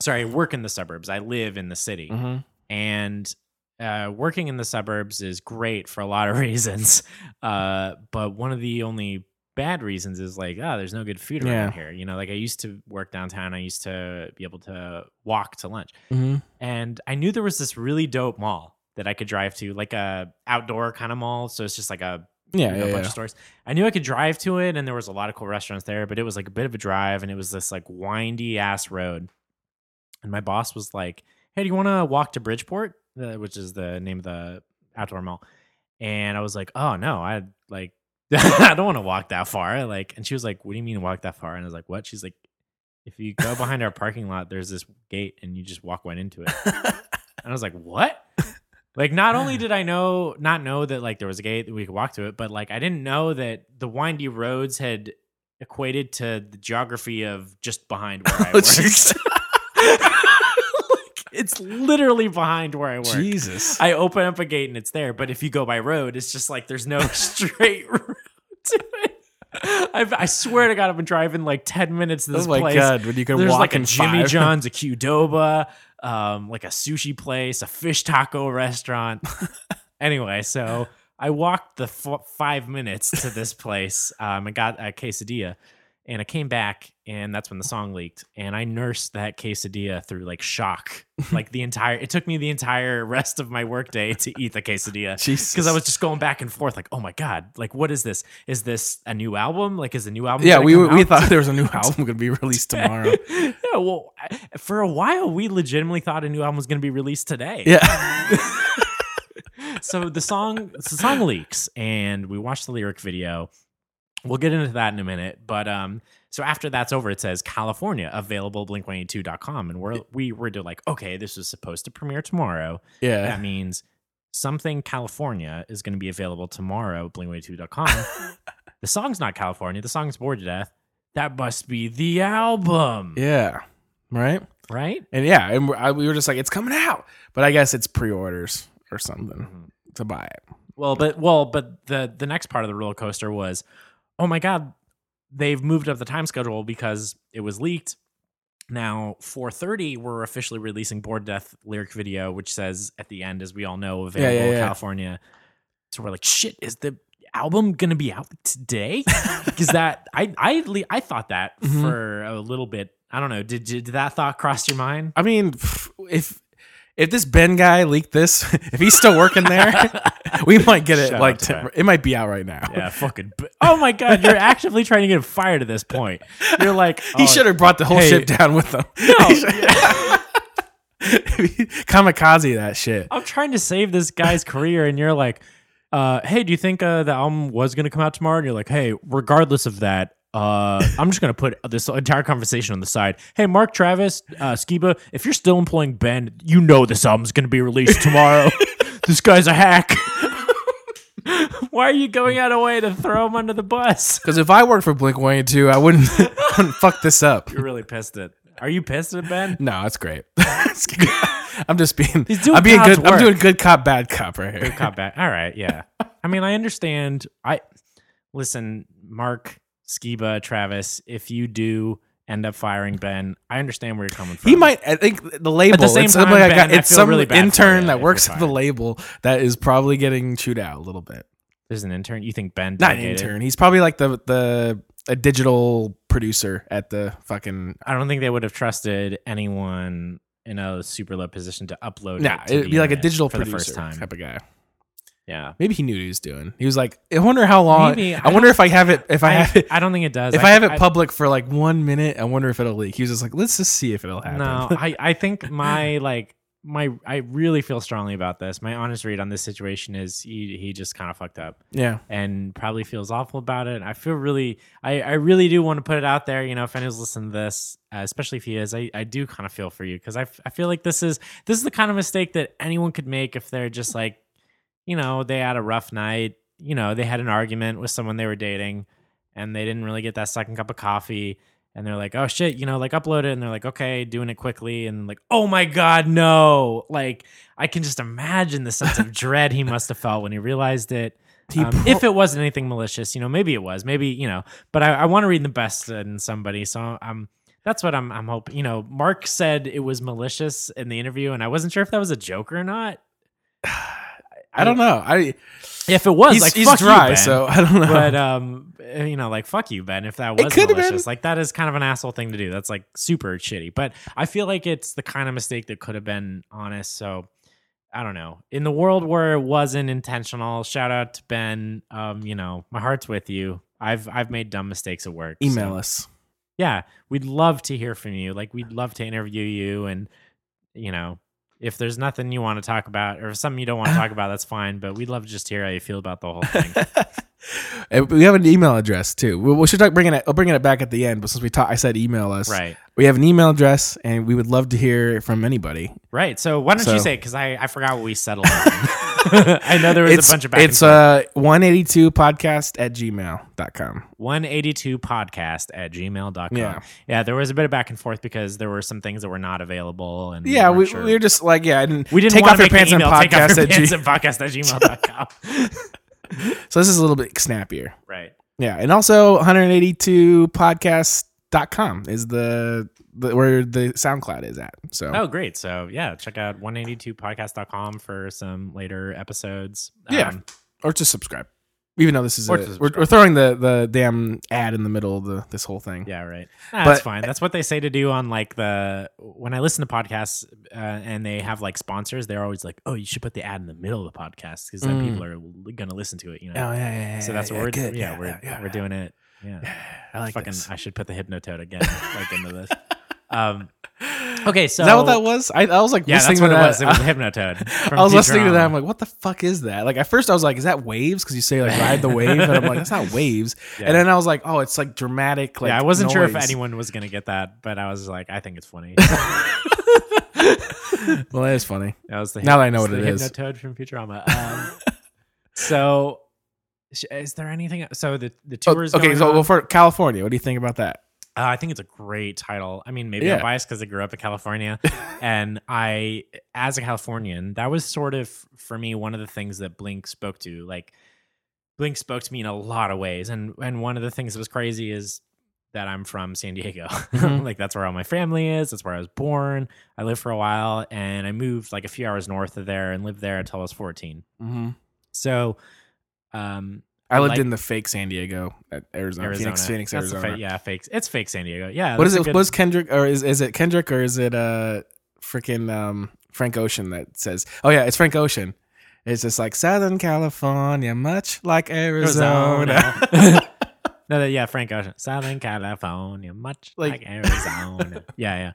[SPEAKER 2] sorry, I work in the suburbs. I live in the city,
[SPEAKER 1] Mhm.
[SPEAKER 2] and uh, working in the suburbs is great for a lot of reasons. Uh, but one of the only bad reasons is like, oh, there's no good food around
[SPEAKER 1] Yeah.
[SPEAKER 2] here. You know, like I used to work downtown. I used to be able to walk to lunch
[SPEAKER 1] Mhm.
[SPEAKER 2] and I knew there was this really dope mall that I could drive to, like a outdoor kind of mall. So it's just like a,
[SPEAKER 1] Yeah, yeah,
[SPEAKER 2] you know, bunch
[SPEAKER 1] yeah.
[SPEAKER 2] of stores. I knew I could drive to it, and there was a lot of cool restaurants there, but it was like a bit of a drive, and it was this like windy ass road. And my boss was like, "Hey, do you want to walk to Bridgeport, uh, which is the name of the outdoor mall?" And I was like, "Oh no, I like." I don't want to walk that far. Like, and she was like, "What do you mean walk that far?" And I was like, "What?" She's like, "If you go behind our parking lot, there's this gate, and you just walk right into it." And I was like, what? like, not only did I know, not know that like there was a gate that we could walk to it, but like I didn't know that the windy roads had equated to the geography of just behind where
[SPEAKER 1] Oh,
[SPEAKER 2] I worked.
[SPEAKER 1] Jeez.
[SPEAKER 2] like, it's literally behind where I work.
[SPEAKER 1] Jesus.
[SPEAKER 2] I open up a gate and it's there, but if you go by road, it's just like there's no straight road to it. I've, I swear to God, I've been driving like 10 minutes to this
[SPEAKER 1] oh my
[SPEAKER 2] place
[SPEAKER 1] God, when you can
[SPEAKER 2] there's
[SPEAKER 1] walk
[SPEAKER 2] like a
[SPEAKER 1] in
[SPEAKER 2] Jimmy
[SPEAKER 1] five.
[SPEAKER 2] John's, a Qdoba, um, like a sushi place, a fish taco restaurant. anyway, so I walked the f- five minutes to this place. Um, I got a quesadilla, and I came back, and that's when the song leaked. And I nursed that quesadilla through like shock, like the entire. It took me the entire rest of my workday to eat the quesadilla
[SPEAKER 1] Jesus.
[SPEAKER 2] because I was just going back and forth, like, oh my god, like what is this? Is this a new album? Like, is the new album?
[SPEAKER 1] Yeah,
[SPEAKER 2] gonna
[SPEAKER 1] we
[SPEAKER 2] come
[SPEAKER 1] were, we
[SPEAKER 2] out?
[SPEAKER 1] thought there was a new album going to be released tomorrow.
[SPEAKER 2] yeah, well, I- for a while we legitimately thought a new album was going to be released today.
[SPEAKER 1] yeah.
[SPEAKER 2] So the song the song leaks and we watch the lyric video. We'll get into that in a minute, but um so after that's over it says California available blink182.com and we're we were to like okay, this is supposed to premiere tomorrow. That
[SPEAKER 1] Yeah.
[SPEAKER 2] means something California is going to be available tomorrow blink182.com. the song's not California, the song's Bored to Death. That must be the album,
[SPEAKER 1] Yeah. Right?
[SPEAKER 2] right?
[SPEAKER 1] And yeah, and we're, I, we were just like, it's coming out. But I guess it's pre orders or something
[SPEAKER 2] Mm-hmm.
[SPEAKER 1] to buy it.
[SPEAKER 2] Well, but well, but the the next part of the roller coaster was, oh my god, they've moved up the time schedule because it was leaked. Now 4:30, we're officially releasing Board Death lyric video, which says at the end, as we all know,
[SPEAKER 1] Yeah, yeah,
[SPEAKER 2] available in
[SPEAKER 1] yeah.
[SPEAKER 2] California. So we're like, shit, is the album gonna be out today? Because that I I le- I thought that
[SPEAKER 1] Mhm.
[SPEAKER 2] for a little bit. I don't know. Did, did that thought cross your mind?
[SPEAKER 1] I mean, pff, if if this Ben guy leaked this, if he's still working there, we might get it
[SPEAKER 2] Shout
[SPEAKER 1] like
[SPEAKER 2] out to
[SPEAKER 1] tem-
[SPEAKER 2] Ben.
[SPEAKER 1] it might be out right now.
[SPEAKER 2] Yeah, fucking. b- Oh my god, you're actively trying to get him fired at this point. You're like,
[SPEAKER 1] He
[SPEAKER 2] oh,
[SPEAKER 1] should have brought the whole
[SPEAKER 2] hey.
[SPEAKER 1] ship down with him.
[SPEAKER 2] No,
[SPEAKER 1] Kamikaze that shit.
[SPEAKER 2] I'm trying to save this guy's career, and you're like, uh, "Hey, do you think uh, the album was going to come out tomorrow?" And you're like, "Hey, regardless of that, uh, I'm just going to put this entire conversation on the side." Hey, Mark Travis, uh, Skiba, if you're still employing Ben, you know this album's going to be released tomorrow. this guy's a hack. Why are you going out of way to throw him under the bus?
[SPEAKER 1] Because if I worked for Blink One Eight Two, I wouldn't, I wouldn't fuck this up.
[SPEAKER 2] You're really pissed at. Are you pissed at Ben?
[SPEAKER 1] No, that's great. I'm just being.
[SPEAKER 2] He's doing
[SPEAKER 1] I'm being
[SPEAKER 2] God's
[SPEAKER 1] good. I'm
[SPEAKER 2] work.
[SPEAKER 1] doing good cop, bad cop right here.
[SPEAKER 2] Cop back. All right, yeah. I mean, I understand. I listen, Mark, Skiba, Travis. If you do end up firing Ben, I understand where you're coming from.
[SPEAKER 1] He might. I think the label.
[SPEAKER 2] same
[SPEAKER 1] it's
[SPEAKER 2] time,
[SPEAKER 1] something I got-
[SPEAKER 2] Ben, I
[SPEAKER 1] it's
[SPEAKER 2] feel
[SPEAKER 1] some
[SPEAKER 2] really bad for
[SPEAKER 1] intern
[SPEAKER 2] you
[SPEAKER 1] that
[SPEAKER 2] if
[SPEAKER 1] works
[SPEAKER 2] you're
[SPEAKER 1] at the
[SPEAKER 2] fired.
[SPEAKER 1] label that is probably getting chewed out a little bit.
[SPEAKER 2] There's an intern. You think Ben?
[SPEAKER 1] Not an
[SPEAKER 2] delegated?
[SPEAKER 1] intern. He's probably like the the a digital producer at the fucking.
[SPEAKER 2] I don't think they would have trusted anyone in a super low position to upload.
[SPEAKER 1] Nah,
[SPEAKER 2] it to
[SPEAKER 1] it'd
[SPEAKER 2] the
[SPEAKER 1] be like a
[SPEAKER 2] internet
[SPEAKER 1] digital
[SPEAKER 2] for
[SPEAKER 1] producer
[SPEAKER 2] the first time.
[SPEAKER 1] type of guy.
[SPEAKER 2] Yeah.
[SPEAKER 1] Maybe he knew what he was doing. He was like, I wonder how long.
[SPEAKER 2] Maybe.
[SPEAKER 1] I,
[SPEAKER 2] I
[SPEAKER 1] wonder if I have it. If I,
[SPEAKER 2] I,
[SPEAKER 1] have it.
[SPEAKER 2] I don't think it does.
[SPEAKER 1] If I, have it
[SPEAKER 2] I-
[SPEAKER 1] public for like one minute, I wonder if it'll leak. He was just like, let's just see if it'll happen.
[SPEAKER 2] No, I, I think my like my I really feel strongly about this. My honest read on this situation is he he just kind of fucked up
[SPEAKER 1] yeah.
[SPEAKER 2] and probably feels awful about it. I feel really I I really do want to put it out there. You know, if anyone's listening to this, uh, especially if he is, I I do kind of feel for you because I f- I feel like this is this is the kind of mistake that anyone could make if they're just like you know they had a rough night. You know, they had an argument with someone they were dating, and they didn't really get that second cup of coffee and they're like, oh shit, you know, like upload it. And they're like, okay, doing it quickly. And like, oh my God, no. Like, I can just imagine the sense of dread he must have felt when he realized it.
[SPEAKER 1] He
[SPEAKER 2] Um,
[SPEAKER 1] pro-
[SPEAKER 2] if it wasn't anything malicious, you know, maybe it was, maybe, you know, but I, I want to read the best in somebody. So um, that's what I'm, I'm hoping. You know, Mark said it was malicious in the interview, and I wasn't sure if that was a joke or not.
[SPEAKER 1] I don't know. I
[SPEAKER 2] If it was,
[SPEAKER 1] he's,
[SPEAKER 2] like,
[SPEAKER 1] he's
[SPEAKER 2] fuck you,
[SPEAKER 1] dry,
[SPEAKER 2] Ben.
[SPEAKER 1] so I don't know.
[SPEAKER 2] but um you know like fuck you ben if that was
[SPEAKER 1] could have
[SPEAKER 2] malicious
[SPEAKER 1] been.
[SPEAKER 2] like that is kind of an asshole thing to do that's like super shitty but i feel like it's the kind of mistake that could have been honest so i don't know in the world where it wasn't intentional shout out to ben um you know my heart's with you i've i've made dumb mistakes at work so-
[SPEAKER 1] Email us.
[SPEAKER 2] yeah we'd love to hear from you like we'd love to interview you and you know if there's nothing you want to talk about or something you don't want to talk about that's fine but we'd love to just hear how you feel about the whole thing
[SPEAKER 1] And we have an email address too. We, we should talk bringing it. I'll bring it back at the end. But since we talked, I said email us.
[SPEAKER 2] right
[SPEAKER 1] We have an email address, and we would love to hear from anybody.
[SPEAKER 2] Right. So why don't
[SPEAKER 1] So-
[SPEAKER 2] you say it? Because I, I forgot what we settled on. I know there was a bunch of back
[SPEAKER 1] it's
[SPEAKER 2] and forth.
[SPEAKER 1] uh 182 podcast at gmail.com.
[SPEAKER 2] 182 podcast at gmail.com.
[SPEAKER 1] Yeah.
[SPEAKER 2] Yeah. yeah, there was a bit of back and forth because there were some things that were not available. and
[SPEAKER 1] Yeah,
[SPEAKER 2] weren't
[SPEAKER 1] we,
[SPEAKER 2] sure.
[SPEAKER 1] we were just like, yeah, I didn't,
[SPEAKER 2] We didn't
[SPEAKER 1] take
[SPEAKER 2] wanna
[SPEAKER 1] off your
[SPEAKER 2] make the
[SPEAKER 1] pants and
[SPEAKER 2] email, take off
[SPEAKER 1] podcast
[SPEAKER 2] your
[SPEAKER 1] at
[SPEAKER 2] pants
[SPEAKER 1] g.
[SPEAKER 2] and podcast at gmail.com.
[SPEAKER 1] So this is a little bit snappier.
[SPEAKER 2] right.
[SPEAKER 1] Yeah, and also 182podcast.com is the, the where the SoundCloud is at. So
[SPEAKER 2] Oh, great. So yeah, check out 182podcast.com for some later episodes. Um,
[SPEAKER 1] Yeah. or just subscribe. Even though this is
[SPEAKER 3] Or
[SPEAKER 1] a-
[SPEAKER 3] just
[SPEAKER 1] we're, we're throwing the the damn ad in the middle of the this whole thing.
[SPEAKER 2] Yeah, right. Nah,
[SPEAKER 1] But-
[SPEAKER 2] that's fine. That's what they say to do on like the when I listen to podcasts uh, and they have like sponsors, they're always like, "Oh, you should put the ad in the middle of the podcast because then
[SPEAKER 1] Mm.
[SPEAKER 2] people are l- gonna listen to it." You
[SPEAKER 1] Oh,
[SPEAKER 2] know.
[SPEAKER 1] yeah, yeah, yeah,
[SPEAKER 2] so that's
[SPEAKER 1] yeah,
[SPEAKER 2] what we're
[SPEAKER 1] good.
[SPEAKER 2] doing. Yeah, we're we're doing it. Yeah.
[SPEAKER 1] Yeah, I like
[SPEAKER 2] Fucking,
[SPEAKER 1] this.
[SPEAKER 2] I should put the hypnotoad again like into this. Um, okay, so
[SPEAKER 1] is that what that was? I, I was like
[SPEAKER 2] Yeah,
[SPEAKER 1] listening
[SPEAKER 2] that's what
[SPEAKER 1] to
[SPEAKER 2] it
[SPEAKER 1] that.
[SPEAKER 2] was. It was hypnotoad. from
[SPEAKER 1] I was listening to that. I'm
[SPEAKER 2] Futurama.
[SPEAKER 1] like, what the fuck is that? Like at first I was like, is that waves? Because you say like ride the wave, and I'm like, that's not waves.
[SPEAKER 2] Yeah.
[SPEAKER 1] And then I was like, oh, it's like dramatic. Like
[SPEAKER 2] yeah, I wasn't sure if
[SPEAKER 1] noise.
[SPEAKER 2] anyone was gonna get that, but I was like, I think it's funny.
[SPEAKER 1] Well, that is funny.
[SPEAKER 2] That was the
[SPEAKER 1] Now that I know
[SPEAKER 2] it's
[SPEAKER 1] what
[SPEAKER 2] the
[SPEAKER 1] it is.
[SPEAKER 2] Hypnotoad from Futurama. Um, so, sh- is there anything? So the the
[SPEAKER 1] Oh,
[SPEAKER 2] tour is
[SPEAKER 1] okay,
[SPEAKER 2] going
[SPEAKER 1] so
[SPEAKER 2] on.
[SPEAKER 1] well, for California, what do you think about that?
[SPEAKER 2] Uh, I think it's a great title. I mean, maybe
[SPEAKER 1] Yeah.
[SPEAKER 2] I'm biased because I grew up in California, and I, as a Californian, that was sort of for me one of the things that Blink spoke to. Like, Blink spoke to me in a lot of ways, and and one of the things that was crazy is that I'm from San Diego.
[SPEAKER 1] Mhm.
[SPEAKER 2] like, that's where all my family is. That's where I was born. I lived for a while, and I moved like a few hours north of there and lived there until I was 14.
[SPEAKER 1] Mm-hmm.
[SPEAKER 2] So, um,
[SPEAKER 1] I lived
[SPEAKER 2] like-
[SPEAKER 1] in the fake San Diego at Arizona,
[SPEAKER 2] Arizona,
[SPEAKER 1] Phoenix, Phoenix,
[SPEAKER 2] That's the
[SPEAKER 1] Arizona.
[SPEAKER 2] fa- yeah, fakes. It's fake San Diego. Yeah.
[SPEAKER 1] What
[SPEAKER 2] that's
[SPEAKER 1] is
[SPEAKER 2] a
[SPEAKER 1] it?
[SPEAKER 2] good-
[SPEAKER 1] Was Kendrick or is is it Kendrick or is it uh freaking um Frank Ocean that says? Oh yeah, it's Frank Ocean. It's just like Southern California, much like Arizona.
[SPEAKER 2] Arizona. no, that, yeah, Frank Ocean, Southern California, much like,
[SPEAKER 1] Like-
[SPEAKER 2] Arizona. yeah, yeah,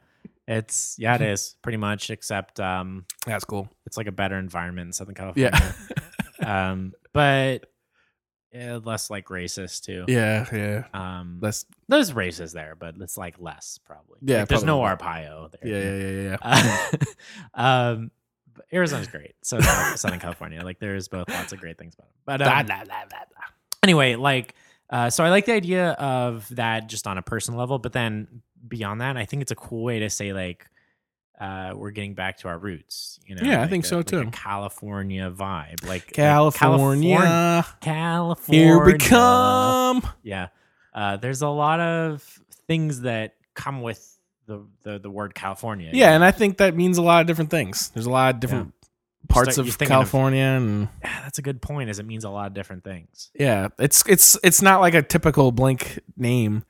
[SPEAKER 2] it's yeah, it is pretty much, except um,
[SPEAKER 1] That's cool.
[SPEAKER 2] it's like a better environment in Southern California.
[SPEAKER 1] Yeah,
[SPEAKER 2] um, but eh, less like racist too.
[SPEAKER 1] yeah, yeah.
[SPEAKER 2] Um,
[SPEAKER 1] That's
[SPEAKER 2] there's races there, but it's like less probably.
[SPEAKER 1] Yeah,
[SPEAKER 2] Like, there's no
[SPEAKER 1] probably.
[SPEAKER 2] Arpaio there.
[SPEAKER 1] yeah, yeah, yeah, yeah.
[SPEAKER 2] Uh, um, but Arizona's great. So is Southern California, like there's both lots of great things about it. But um, anyway, like, uh, so I like the idea of that just on a personal level, but then beyond that, I think it's a cool way to say like uh, we're getting back to our roots. You know,
[SPEAKER 1] Yeah, I
[SPEAKER 2] like
[SPEAKER 1] think
[SPEAKER 2] a-
[SPEAKER 1] so,
[SPEAKER 2] like a
[SPEAKER 1] too.
[SPEAKER 2] California vibe, like like,
[SPEAKER 1] California,
[SPEAKER 2] Californ- California.
[SPEAKER 1] here we come.
[SPEAKER 2] Yeah. Uh, there's a lot of things that come with the the, the word California. you
[SPEAKER 1] Yeah,
[SPEAKER 2] know?
[SPEAKER 1] and I think that means a lot of different things. There's a lot of different parts
[SPEAKER 2] Start- you're
[SPEAKER 1] of
[SPEAKER 2] thinking of-
[SPEAKER 1] California, and
[SPEAKER 2] Yeah, that's a good point. Is it means a lot of different things.
[SPEAKER 1] yeah, it's it's it's not like a typical Blink name,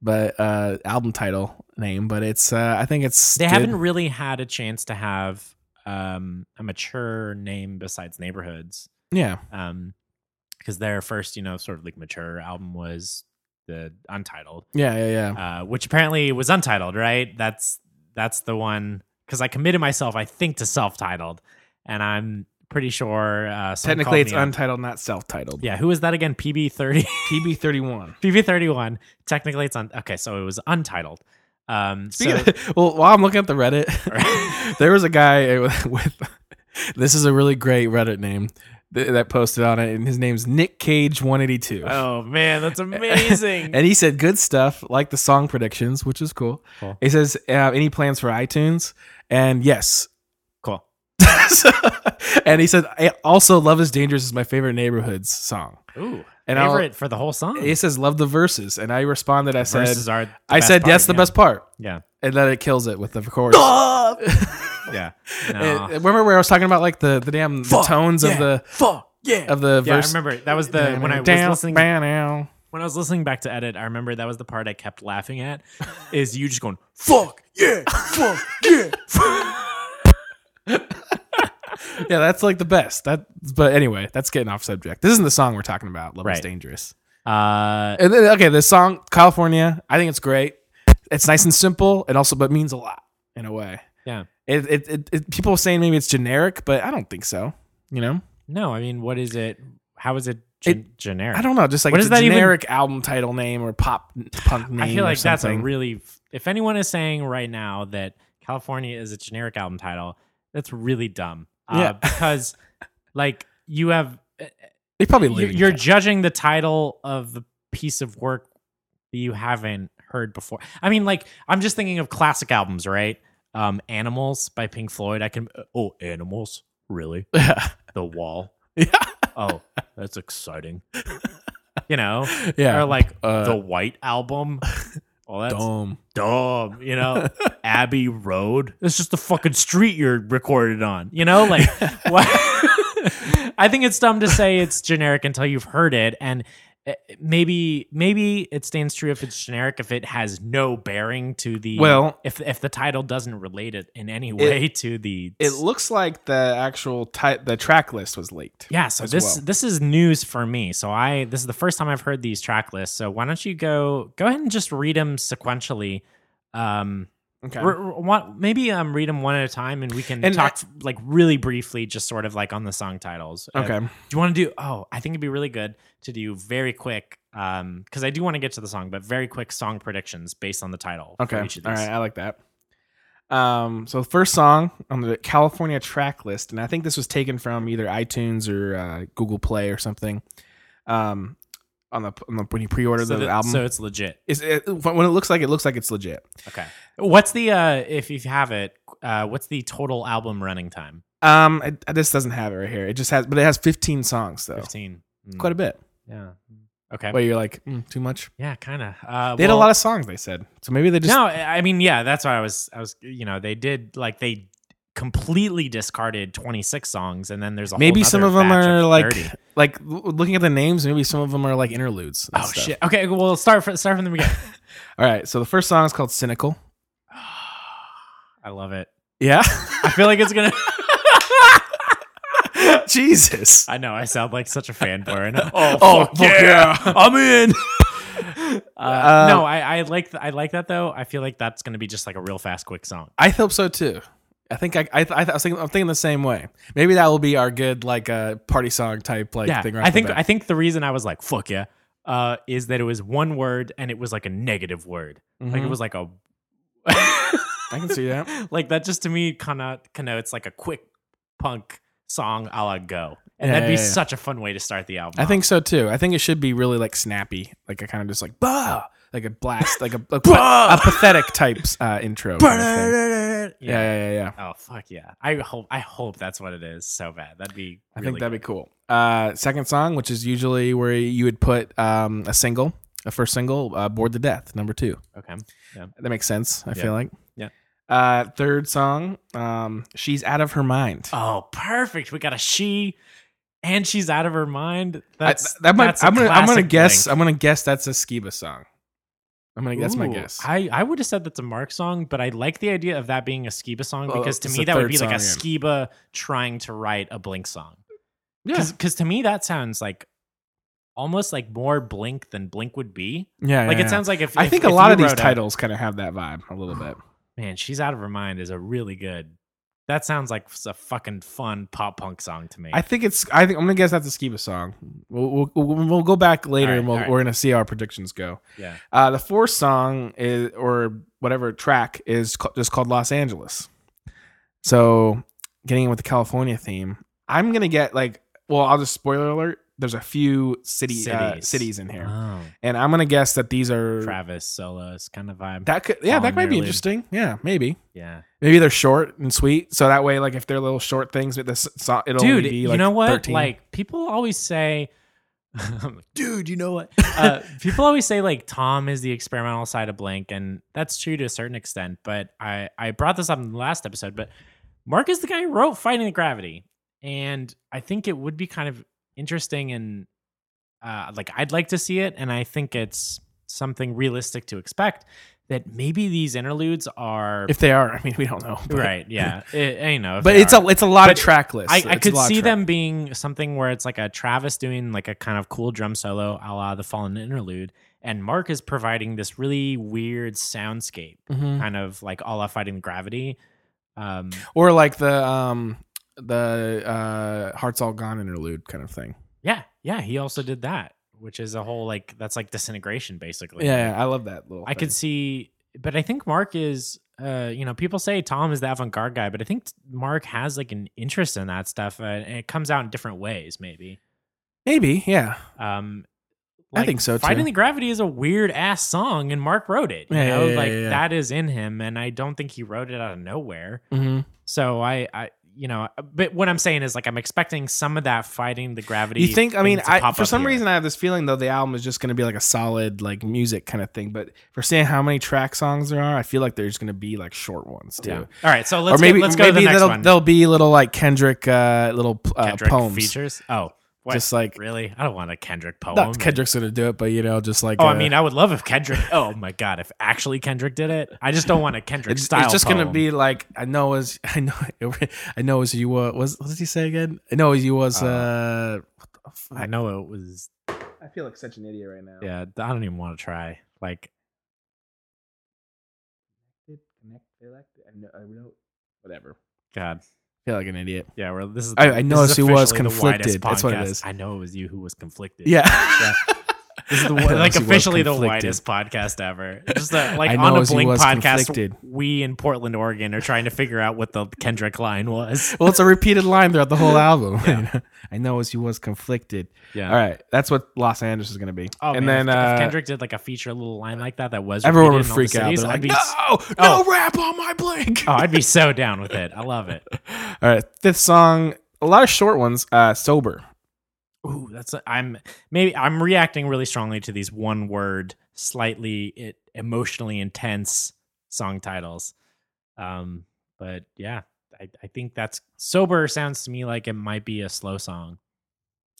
[SPEAKER 1] but uh album title name. But it's uh I think it's
[SPEAKER 2] They
[SPEAKER 1] good.
[SPEAKER 2] haven't really had a chance to have um, a mature name besides neighborhoods,
[SPEAKER 1] yeah
[SPEAKER 2] because their first, you know, sort of like mature album was the Untitled,
[SPEAKER 1] yeah yeah yeah.
[SPEAKER 2] uh, which apparently was Untitled, right? That's that's the one because I committed myself, I think, to self-titled, and I'm pretty sure uh, someone
[SPEAKER 1] Technically,
[SPEAKER 2] called
[SPEAKER 1] it's
[SPEAKER 2] me up.
[SPEAKER 1] untitled, not self-titled.
[SPEAKER 2] yeah. Who is that again? PB thirty.
[SPEAKER 1] PB thirty one.
[SPEAKER 2] PB thirty one. Technically, it's on. Okay, so it was Untitled. Um, so,
[SPEAKER 1] well, while I'm looking at the Reddit, there was a guy with, with this is a really great Reddit name th- that posted on it, and his name's Nick Cage one eighty two.
[SPEAKER 2] Oh man, that's amazing.
[SPEAKER 1] And he said good stuff, like the song predictions, which is cool.
[SPEAKER 2] Cool.
[SPEAKER 1] He says, uh, any plans for iTunes? And yes.
[SPEAKER 2] cool.
[SPEAKER 1] So- and he said, I also, Love is Dangerous is my favorite neighborhoods song.
[SPEAKER 2] Ooh,
[SPEAKER 1] And I'll-
[SPEAKER 2] favorite for the whole song.
[SPEAKER 1] He says, love the verses. And I responded, I said,
[SPEAKER 2] Verses are the
[SPEAKER 1] I
[SPEAKER 2] best
[SPEAKER 1] said,
[SPEAKER 2] part,
[SPEAKER 1] yes, the
[SPEAKER 2] yeah.
[SPEAKER 1] best part.
[SPEAKER 2] Yeah,
[SPEAKER 1] And then it kills it with the chorus.
[SPEAKER 2] yeah.
[SPEAKER 1] And-
[SPEAKER 2] No.
[SPEAKER 1] and remember where I was talking about like the, the damn the
[SPEAKER 2] Fuck,
[SPEAKER 1] tones
[SPEAKER 2] yeah.
[SPEAKER 1] of the
[SPEAKER 2] Fuck yeah.
[SPEAKER 1] of the
[SPEAKER 2] Yeah, I
[SPEAKER 1] verse.
[SPEAKER 2] remember that was the when I was
[SPEAKER 1] Down,
[SPEAKER 2] listening
[SPEAKER 1] down.
[SPEAKER 2] when I was listening back to edit. I remember that was the part I kept laughing at. Is you just going fuck yeah, fuck yeah.
[SPEAKER 1] Yeah, that's like the best. That, but anyway, that's getting off subject. This isn't the song we're talking about. Love is
[SPEAKER 2] Right.
[SPEAKER 1] dangerous.
[SPEAKER 2] Uh,
[SPEAKER 1] And then, okay, this song California, I think it's great. It's nice and simple. It also but means a lot in a way.
[SPEAKER 2] yeah.
[SPEAKER 1] It, it, it, it people are saying maybe it's generic, but I don't think so. You know,
[SPEAKER 2] No, I mean, what is it? How is it, gen- generic?
[SPEAKER 1] I don't know. Just like
[SPEAKER 2] What
[SPEAKER 1] it's
[SPEAKER 2] is
[SPEAKER 1] a
[SPEAKER 2] that even-
[SPEAKER 1] generic album title name or pop punk name.
[SPEAKER 2] I feel
[SPEAKER 1] or
[SPEAKER 2] like that's a
[SPEAKER 1] something.
[SPEAKER 2] really. If anyone is saying right now that California is a generic album title, that's really dumb.
[SPEAKER 1] Yeah.
[SPEAKER 2] Uh, because like you have, eh,
[SPEAKER 1] they probably
[SPEAKER 2] you're,
[SPEAKER 1] live in
[SPEAKER 2] you're
[SPEAKER 1] Cal-
[SPEAKER 2] judging the title of the piece of work that you haven't heard before. I mean, like I'm just thinking of classic albums, right? Um, Animals by Pink Floyd. I can. Oh, Animals, really?
[SPEAKER 1] yeah
[SPEAKER 2] The Wall.
[SPEAKER 1] Yeah.
[SPEAKER 2] Oh, that's exciting. You know,
[SPEAKER 1] yeah
[SPEAKER 2] or like
[SPEAKER 1] uh,
[SPEAKER 2] the White Album. Oh, that's
[SPEAKER 1] dumb.
[SPEAKER 2] dumb, you know? Abbey Road. It's just the fucking street you're recorded on, you know? Like, what? I think it's dumb to say it's generic until you've heard it, and eh, maybe maybe it stands true if it's generic if it has no bearing to the
[SPEAKER 1] Well-
[SPEAKER 2] if if the title doesn't relate it in any way to the
[SPEAKER 1] It looks like the actual ti- the track list was leaked.
[SPEAKER 2] yeah. So
[SPEAKER 1] as
[SPEAKER 2] this
[SPEAKER 1] well.
[SPEAKER 2] this is news for me. So I this is the first time I've heard these track lists. So why don't you go go ahead and just read them sequentially. Um,
[SPEAKER 1] Okay.
[SPEAKER 2] R- r- one- maybe um, read them one at a time, and we can
[SPEAKER 1] And uh,
[SPEAKER 2] talk like really briefly, just sort of like on the song titles. Uh,
[SPEAKER 1] okay.
[SPEAKER 2] do you want to do? Oh, I think it'd be really good to do very quick, um, because I do want to get to the song, but very quick song predictions based on the title. for
[SPEAKER 1] Okay. All
[SPEAKER 2] each of
[SPEAKER 1] right.
[SPEAKER 2] these.
[SPEAKER 1] I like that. Um, so first song on the California track list, and I think this was taken from either iTunes or uh, Google Play or something. Um, on the, on the when you pre-order
[SPEAKER 2] So,
[SPEAKER 1] the,
[SPEAKER 2] that-
[SPEAKER 1] album,
[SPEAKER 2] so it's legit.
[SPEAKER 1] is it, when it looks like it looks like it's legit.
[SPEAKER 2] Okay. What's the uh, if you have it? Uh, what's the total album running time?
[SPEAKER 1] Um, it, this doesn't have it right here. It just has, but it has 15 songs though,
[SPEAKER 2] Fifteen. Mm,
[SPEAKER 1] quite a bit.
[SPEAKER 2] yeah. Okay.
[SPEAKER 1] Where you're like mm, too much.
[SPEAKER 2] Yeah, kind of. Uh,
[SPEAKER 1] They had a lot of songs. They said so. Maybe they just
[SPEAKER 2] no, I I mean, yeah, that's why I was, I was, you know, they did like they completely discarded 26 songs, and then there's a whole
[SPEAKER 1] maybe
[SPEAKER 2] nother
[SPEAKER 1] some of them
[SPEAKER 2] batch
[SPEAKER 1] are like
[SPEAKER 2] 30.
[SPEAKER 1] like l- looking at the names. Maybe some of them are like interludes. and
[SPEAKER 2] oh
[SPEAKER 1] stuff.
[SPEAKER 2] shit. Okay, well, start from start from the beginning.
[SPEAKER 1] All right. So the first song is called "Cynical."
[SPEAKER 2] I love it.
[SPEAKER 1] Yeah.
[SPEAKER 2] I feel like it's gonna.
[SPEAKER 1] Jesus.
[SPEAKER 2] I know I sound like such a fanboy. Right now.
[SPEAKER 1] Oh, fuck yeah.
[SPEAKER 2] I'm in. Uh,
[SPEAKER 1] Uh,
[SPEAKER 2] no, I, I like th- I like that though. I feel like that's gonna be just like a real fast, quick song.
[SPEAKER 1] I hope so too. I think I, I, I, was thinking, I'm thinking the same way. Maybe that will be our good like uh, party song type like
[SPEAKER 2] yeah,
[SPEAKER 1] thing. Right
[SPEAKER 2] I think I
[SPEAKER 1] I,
[SPEAKER 2] think the reason I was like fuck yeah uh, is that it was one word and it was like a negative word. Like it
[SPEAKER 1] Mhm.
[SPEAKER 2] was like a
[SPEAKER 1] I can see that.
[SPEAKER 2] like that just to me kind of connotes like a quick punk song a la go, and
[SPEAKER 1] Yeah,
[SPEAKER 2] that'd be
[SPEAKER 1] yeah, yeah.
[SPEAKER 2] such a fun way to start the album.
[SPEAKER 1] I
[SPEAKER 2] off.
[SPEAKER 1] think so too. I think it should be really like snappy, like a kind of just like bah, like a blast, like a, a, pa- a pathetic types uh, intro. kind of thing.
[SPEAKER 2] yeah.
[SPEAKER 1] Yeah, yeah, yeah, yeah.
[SPEAKER 2] Oh fuck yeah! I hope I hope that's what it is so bad. That'd be
[SPEAKER 1] I
[SPEAKER 2] really
[SPEAKER 1] think that'd be cool. Uh, second song, which is usually where you would put um, a single, a first single, uh, "Bored to Death," number two.
[SPEAKER 2] okay.
[SPEAKER 1] That makes sense. I
[SPEAKER 2] Yeah.
[SPEAKER 1] feel like.
[SPEAKER 2] Yeah.
[SPEAKER 1] Uh, third song, um, she's out of her mind.
[SPEAKER 2] Oh, perfect. We got a she, and she's out of her mind.
[SPEAKER 1] I-
[SPEAKER 2] That's
[SPEAKER 1] that might.
[SPEAKER 2] that's a
[SPEAKER 1] I'm gonna. I'm gonna
[SPEAKER 2] classic
[SPEAKER 1] guess.
[SPEAKER 2] link.
[SPEAKER 1] I'm gonna guess that's a Skiba song. I'm gonna. That's my
[SPEAKER 2] Ooh,
[SPEAKER 1] guess.
[SPEAKER 2] I, I would have said that's a Mark song, but I like the idea of that being a Skiba song
[SPEAKER 1] Well,
[SPEAKER 2] because
[SPEAKER 1] Oh,
[SPEAKER 2] to
[SPEAKER 1] it's
[SPEAKER 2] me
[SPEAKER 1] the
[SPEAKER 2] that would
[SPEAKER 1] third
[SPEAKER 2] be like a
[SPEAKER 1] song,
[SPEAKER 2] Skiba trying to write a Blink song.
[SPEAKER 1] yeah.
[SPEAKER 2] Because to me that sounds like almost like more Blink than Blink would be.
[SPEAKER 1] Yeah.
[SPEAKER 2] Like
[SPEAKER 1] yeah,
[SPEAKER 2] it sounds like if
[SPEAKER 1] yeah. I
[SPEAKER 2] if-
[SPEAKER 1] think a
[SPEAKER 2] if
[SPEAKER 1] lot
[SPEAKER 2] you
[SPEAKER 1] of these
[SPEAKER 2] wrote a- Oh,
[SPEAKER 1] titles kind of have that vibe a little bit.
[SPEAKER 2] man, she's out of her mind is a really good. That sounds like a fucking fun pop punk song to me.
[SPEAKER 1] I think it's. I think I'm gonna guess that's a Skiba song. We'll we'll, we'll, we'll go back later
[SPEAKER 2] All right,
[SPEAKER 1] and we'll,
[SPEAKER 2] all right.
[SPEAKER 1] we're gonna see how our predictions go.
[SPEAKER 2] yeah.
[SPEAKER 1] Uh, the fourth song is or whatever track is ca- just called Los Angeles. So getting in with the California theme, I'm gonna get like. Well, I'll just spoiler alert. There's a few city cities, uh,
[SPEAKER 2] Cities.
[SPEAKER 1] cities in here,
[SPEAKER 2] Oh,
[SPEAKER 1] and I'm gonna guess that these are
[SPEAKER 2] Travis solos kind of vibe.
[SPEAKER 1] That could, yeah,
[SPEAKER 2] Following
[SPEAKER 1] that might
[SPEAKER 2] their
[SPEAKER 1] be
[SPEAKER 2] lead.
[SPEAKER 1] interesting. Yeah, maybe.
[SPEAKER 2] yeah.
[SPEAKER 1] Maybe they're short and sweet, so that way, like, if they're little short things, with this, so- it'll
[SPEAKER 2] dude
[SPEAKER 1] only be
[SPEAKER 2] you
[SPEAKER 1] like
[SPEAKER 2] know what
[SPEAKER 1] 13.
[SPEAKER 2] like people always say I'm like, dude you know what uh, people always say like tom is the experimental side of blank and that's true to a certain extent but i i brought this up in the last episode but mark is the guy who wrote fighting gravity and i think it would be kind of interesting and uh, like i'd like to see it and i think it's something realistic to expect that maybe these interludes are
[SPEAKER 1] if they are, I mean, we don't know, but,
[SPEAKER 2] right yeah it, you know if
[SPEAKER 1] But
[SPEAKER 2] they
[SPEAKER 1] it's
[SPEAKER 2] are.
[SPEAKER 1] a it's a lot
[SPEAKER 2] But
[SPEAKER 1] of track lists.
[SPEAKER 2] I,
[SPEAKER 1] It's
[SPEAKER 2] I
[SPEAKER 1] a
[SPEAKER 2] could
[SPEAKER 1] lot of
[SPEAKER 2] see
[SPEAKER 1] track-
[SPEAKER 2] them being something where it's like a Travis doing like a kind of cool drum solo a la the Fallen Interlude, and Mark is providing this really weird soundscape,
[SPEAKER 1] Mhm.
[SPEAKER 2] kind of like a la Fighting Gravity. Um,
[SPEAKER 1] or like the um the uh Hearts All Gone interlude kind of thing.
[SPEAKER 2] yeah, yeah, he also did that, which is a whole like that's like disintegration basically.
[SPEAKER 1] Yeah, yeah, I love that little.
[SPEAKER 2] I
[SPEAKER 1] thing.
[SPEAKER 2] could see, but I think Mark is, uh, you know, people say Tom is the avant garde guy, but I think Mark has like an interest in that stuff, uh, and it comes out in different ways, maybe.
[SPEAKER 1] maybe, yeah,
[SPEAKER 2] Um,
[SPEAKER 1] I think so, too.
[SPEAKER 2] Fighting the Gravity is a weird ass song, and Mark wrote it. You
[SPEAKER 1] Yeah,
[SPEAKER 2] know,
[SPEAKER 1] yeah, yeah,
[SPEAKER 2] like
[SPEAKER 1] yeah, yeah.
[SPEAKER 2] that is in him, and I don't think he wrote it out of nowhere.
[SPEAKER 1] mm-hmm.
[SPEAKER 2] So I, I, you know, but what I'm saying is like I'm expecting some of that fighting the gravity.
[SPEAKER 1] You think? I
[SPEAKER 2] thing
[SPEAKER 1] mean,
[SPEAKER 2] to
[SPEAKER 1] I,
[SPEAKER 2] pop
[SPEAKER 1] for
[SPEAKER 2] up
[SPEAKER 1] some
[SPEAKER 2] here.
[SPEAKER 1] reason, I have this feeling though the album is just going to be like a solid like music kind of thing. But for seeing how many track songs there are, I feel like there's going to be like short ones too.
[SPEAKER 2] Yeah. All right, so let's
[SPEAKER 1] or maybe
[SPEAKER 2] go, let's go
[SPEAKER 1] maybe
[SPEAKER 2] to the next
[SPEAKER 1] there'll,
[SPEAKER 2] one.
[SPEAKER 1] there'll be little like Kendrick uh, little uh,
[SPEAKER 2] Kendrick
[SPEAKER 1] poems.
[SPEAKER 2] features. Oh, what?
[SPEAKER 1] Just like
[SPEAKER 2] really? I don't want a Kendrick poem.
[SPEAKER 1] not Kendrick's going to do it, but you know, just like
[SPEAKER 2] Oh,
[SPEAKER 1] uh,
[SPEAKER 2] I mean, I would love if Kendrick. Oh my God, if actually Kendrick did it, I just don't want a Kendrick
[SPEAKER 1] It's,
[SPEAKER 2] style.
[SPEAKER 1] it's just gonna
[SPEAKER 2] poem.
[SPEAKER 1] be like I know as I know I know as you was was what did he say again? I know as you was. Uh, what the fuck?
[SPEAKER 2] I know it was.
[SPEAKER 1] I feel like such an idiot right now.
[SPEAKER 2] Yeah, I don't even want to try. Like,
[SPEAKER 1] Whatever.
[SPEAKER 2] God,
[SPEAKER 1] I feel like an idiot.
[SPEAKER 2] yeah. We're, this is.
[SPEAKER 1] I- I know
[SPEAKER 2] this is
[SPEAKER 1] it was
[SPEAKER 2] officially the widest
[SPEAKER 1] conflicted. That's what it
[SPEAKER 2] podcast.
[SPEAKER 1] is.
[SPEAKER 2] I know it was you who was conflicted.
[SPEAKER 1] Yeah.
[SPEAKER 2] This is the,
[SPEAKER 1] I know
[SPEAKER 2] like
[SPEAKER 1] as he was
[SPEAKER 2] officially the
[SPEAKER 1] conflicted.
[SPEAKER 2] widest podcast ever. Just uh, like
[SPEAKER 1] I know
[SPEAKER 2] on a
[SPEAKER 1] as he
[SPEAKER 2] Blink
[SPEAKER 1] was
[SPEAKER 2] podcast,
[SPEAKER 1] conflicted.
[SPEAKER 2] we in Portland, Oregon, are trying to figure out what the Kendrick line was.
[SPEAKER 1] Well, it's a repeated line throughout the whole album. I know as he was conflicted.
[SPEAKER 2] Yeah.
[SPEAKER 1] All right, that's what Los Angeles is going to be.
[SPEAKER 2] Oh,
[SPEAKER 1] and
[SPEAKER 2] man,
[SPEAKER 1] then
[SPEAKER 2] if, if
[SPEAKER 1] uh,
[SPEAKER 2] Kendrick did like a feature little line like that. That was
[SPEAKER 1] everyone would
[SPEAKER 2] repeated in all the
[SPEAKER 1] freak out.
[SPEAKER 2] cities,
[SPEAKER 1] They're
[SPEAKER 2] I'd
[SPEAKER 1] like,
[SPEAKER 2] be
[SPEAKER 1] no,
[SPEAKER 2] s-
[SPEAKER 1] no rap on my blink.
[SPEAKER 2] oh, I'd be so down with it. I love it.
[SPEAKER 1] All right, fifth song. A lot of short ones. Uh, sober.
[SPEAKER 2] Ooh, that's a, I'm maybe I'm reacting really strongly to these one word, slightly it, emotionally intense song titles. Um, but yeah, I, I think that's sober sounds to me like it might be a slow song.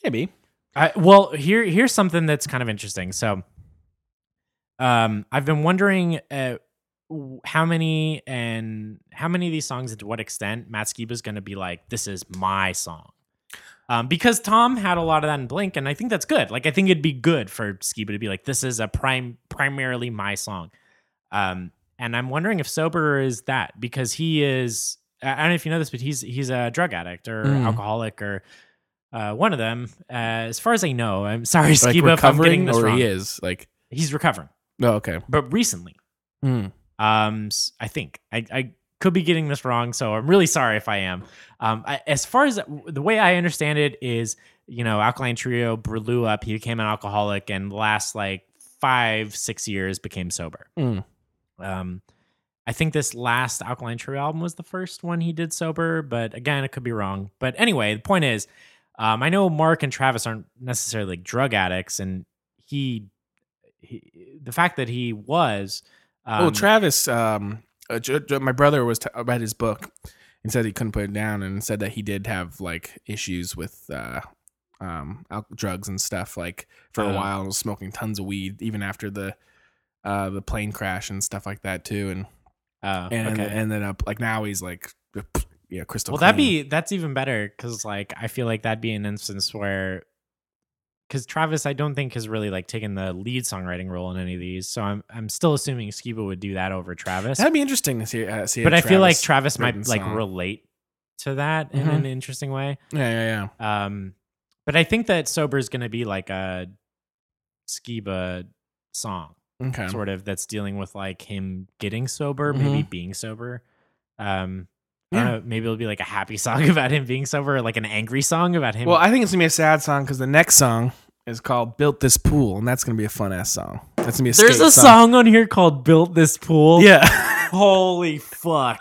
[SPEAKER 1] Maybe.
[SPEAKER 2] I, well, here here's something that's kind of interesting. So, um, I've been wondering uh, w- how many and how many of these songs and to what extent Matt Skiba is going to be like, this is my song. Um, because Tom had a lot of that in Blink, and I think that's good. Like, I think it'd be good for Skiba to be like, this is a prime primarily my song. Um, and I'm wondering if Sober is that because he is. I I don't know if you know this, but he's he's a drug addict or
[SPEAKER 1] Mm.
[SPEAKER 2] alcoholic or uh, one of them. Uh, as far as I know, I'm sorry,
[SPEAKER 1] Like
[SPEAKER 2] Skiba, if I'm
[SPEAKER 1] recovering,
[SPEAKER 2] getting this
[SPEAKER 1] or
[SPEAKER 2] wrong.
[SPEAKER 1] he is like.
[SPEAKER 2] He's recovering,
[SPEAKER 1] No, okay.
[SPEAKER 2] but recently,
[SPEAKER 1] Mm.
[SPEAKER 2] um, s- I think I, I could be getting this wrong, so I'm really sorry if I am. Um, I, as far as the way I understand it is, you know, Alkaline Trio blew up. He became an alcoholic, and the last like five six years became sober.
[SPEAKER 1] Mm.
[SPEAKER 2] Um, I think this last Alkaline Trio album was the first one he did sober, but again, it could be wrong. But anyway, the point is, um, I know Mark and Travis aren't necessarily like drug addicts, and he, he the fact that he was. Um,
[SPEAKER 1] well, Oh, Travis, um, uh, J- J- my brother was t- read his book and said he couldn't put it down, and said that he did have like issues with uh, um, al- drugs and stuff like for a
[SPEAKER 2] Oh.
[SPEAKER 1] while, and was smoking tons of weed even after the uh, the plane crash and stuff like that too, and
[SPEAKER 2] oh,
[SPEAKER 1] and
[SPEAKER 2] okay.
[SPEAKER 1] and then up like now he's like you know crystal.
[SPEAKER 2] well, that'd
[SPEAKER 1] clean.
[SPEAKER 2] be that's even better because like I feel like that'd be an instance where, because Travis, I don't think has really like taken the lead songwriting role in any of these, so I'm I'm still assuming Skiba would do that over Travis.
[SPEAKER 1] that'd be interesting to see. Uh, see
[SPEAKER 2] but
[SPEAKER 1] a
[SPEAKER 2] I feel like Travis
[SPEAKER 1] written
[SPEAKER 2] might like
[SPEAKER 1] song.
[SPEAKER 2] relate to that in
[SPEAKER 1] Mhm.
[SPEAKER 2] an interesting way.
[SPEAKER 1] yeah, yeah,
[SPEAKER 2] Um, but I think that sober is going to be like a Skiba song,
[SPEAKER 1] yeah. Okay.
[SPEAKER 2] sort of that's dealing with like him getting sober, maybe being sober. Um, I
[SPEAKER 1] Yeah.
[SPEAKER 2] don't know, maybe it'll be like a happy song about him being sober, or like an angry song about him.
[SPEAKER 1] Well, I think it's gonna be a sad song because the next song is called "Built This Pool," and that's gonna be a fun ass song. That's gonna be a
[SPEAKER 2] There's
[SPEAKER 1] skate
[SPEAKER 2] a song on here called "Built This Pool."
[SPEAKER 1] Yeah,
[SPEAKER 2] Holy fuck!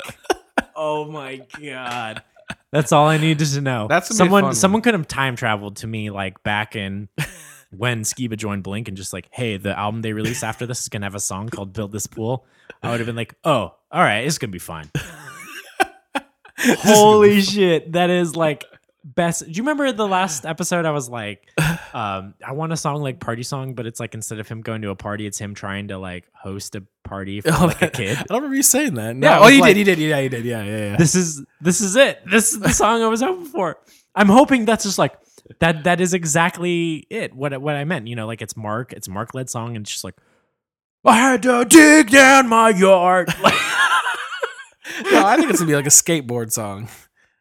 [SPEAKER 2] oh my god. That's all I needed to know.
[SPEAKER 1] That's gonna be a fun
[SPEAKER 2] someone.
[SPEAKER 1] one.
[SPEAKER 2] Someone could have time traveled to me like back in when Skiba joined Blink and just like, hey, the album they release after this is gonna have a song called "Build This Pool." I would have been like, oh, all right, it's gonna be fine. Holy shit, that is like best. Do you remember the last episode? I was like, um, I want a song like party song, but it's like instead of him going to a party, it's him trying to like host a party for
[SPEAKER 1] Oh,
[SPEAKER 2] like a
[SPEAKER 1] that-
[SPEAKER 2] kid.
[SPEAKER 1] I don't remember you saying that. No,
[SPEAKER 2] Yeah, it
[SPEAKER 1] oh,
[SPEAKER 2] was
[SPEAKER 1] you
[SPEAKER 2] like-
[SPEAKER 1] did, you did, yeah, you did, yeah, yeah, yeah.
[SPEAKER 2] this is this is it. This is the song I was hoping for. I'm hoping that's just like that. That is exactly it. What what I meant. You know, like it's Mark. It's Mark led song, and it's just like I had to dig down my yard. Like,
[SPEAKER 1] No, I think it's gonna be like a skateboard song.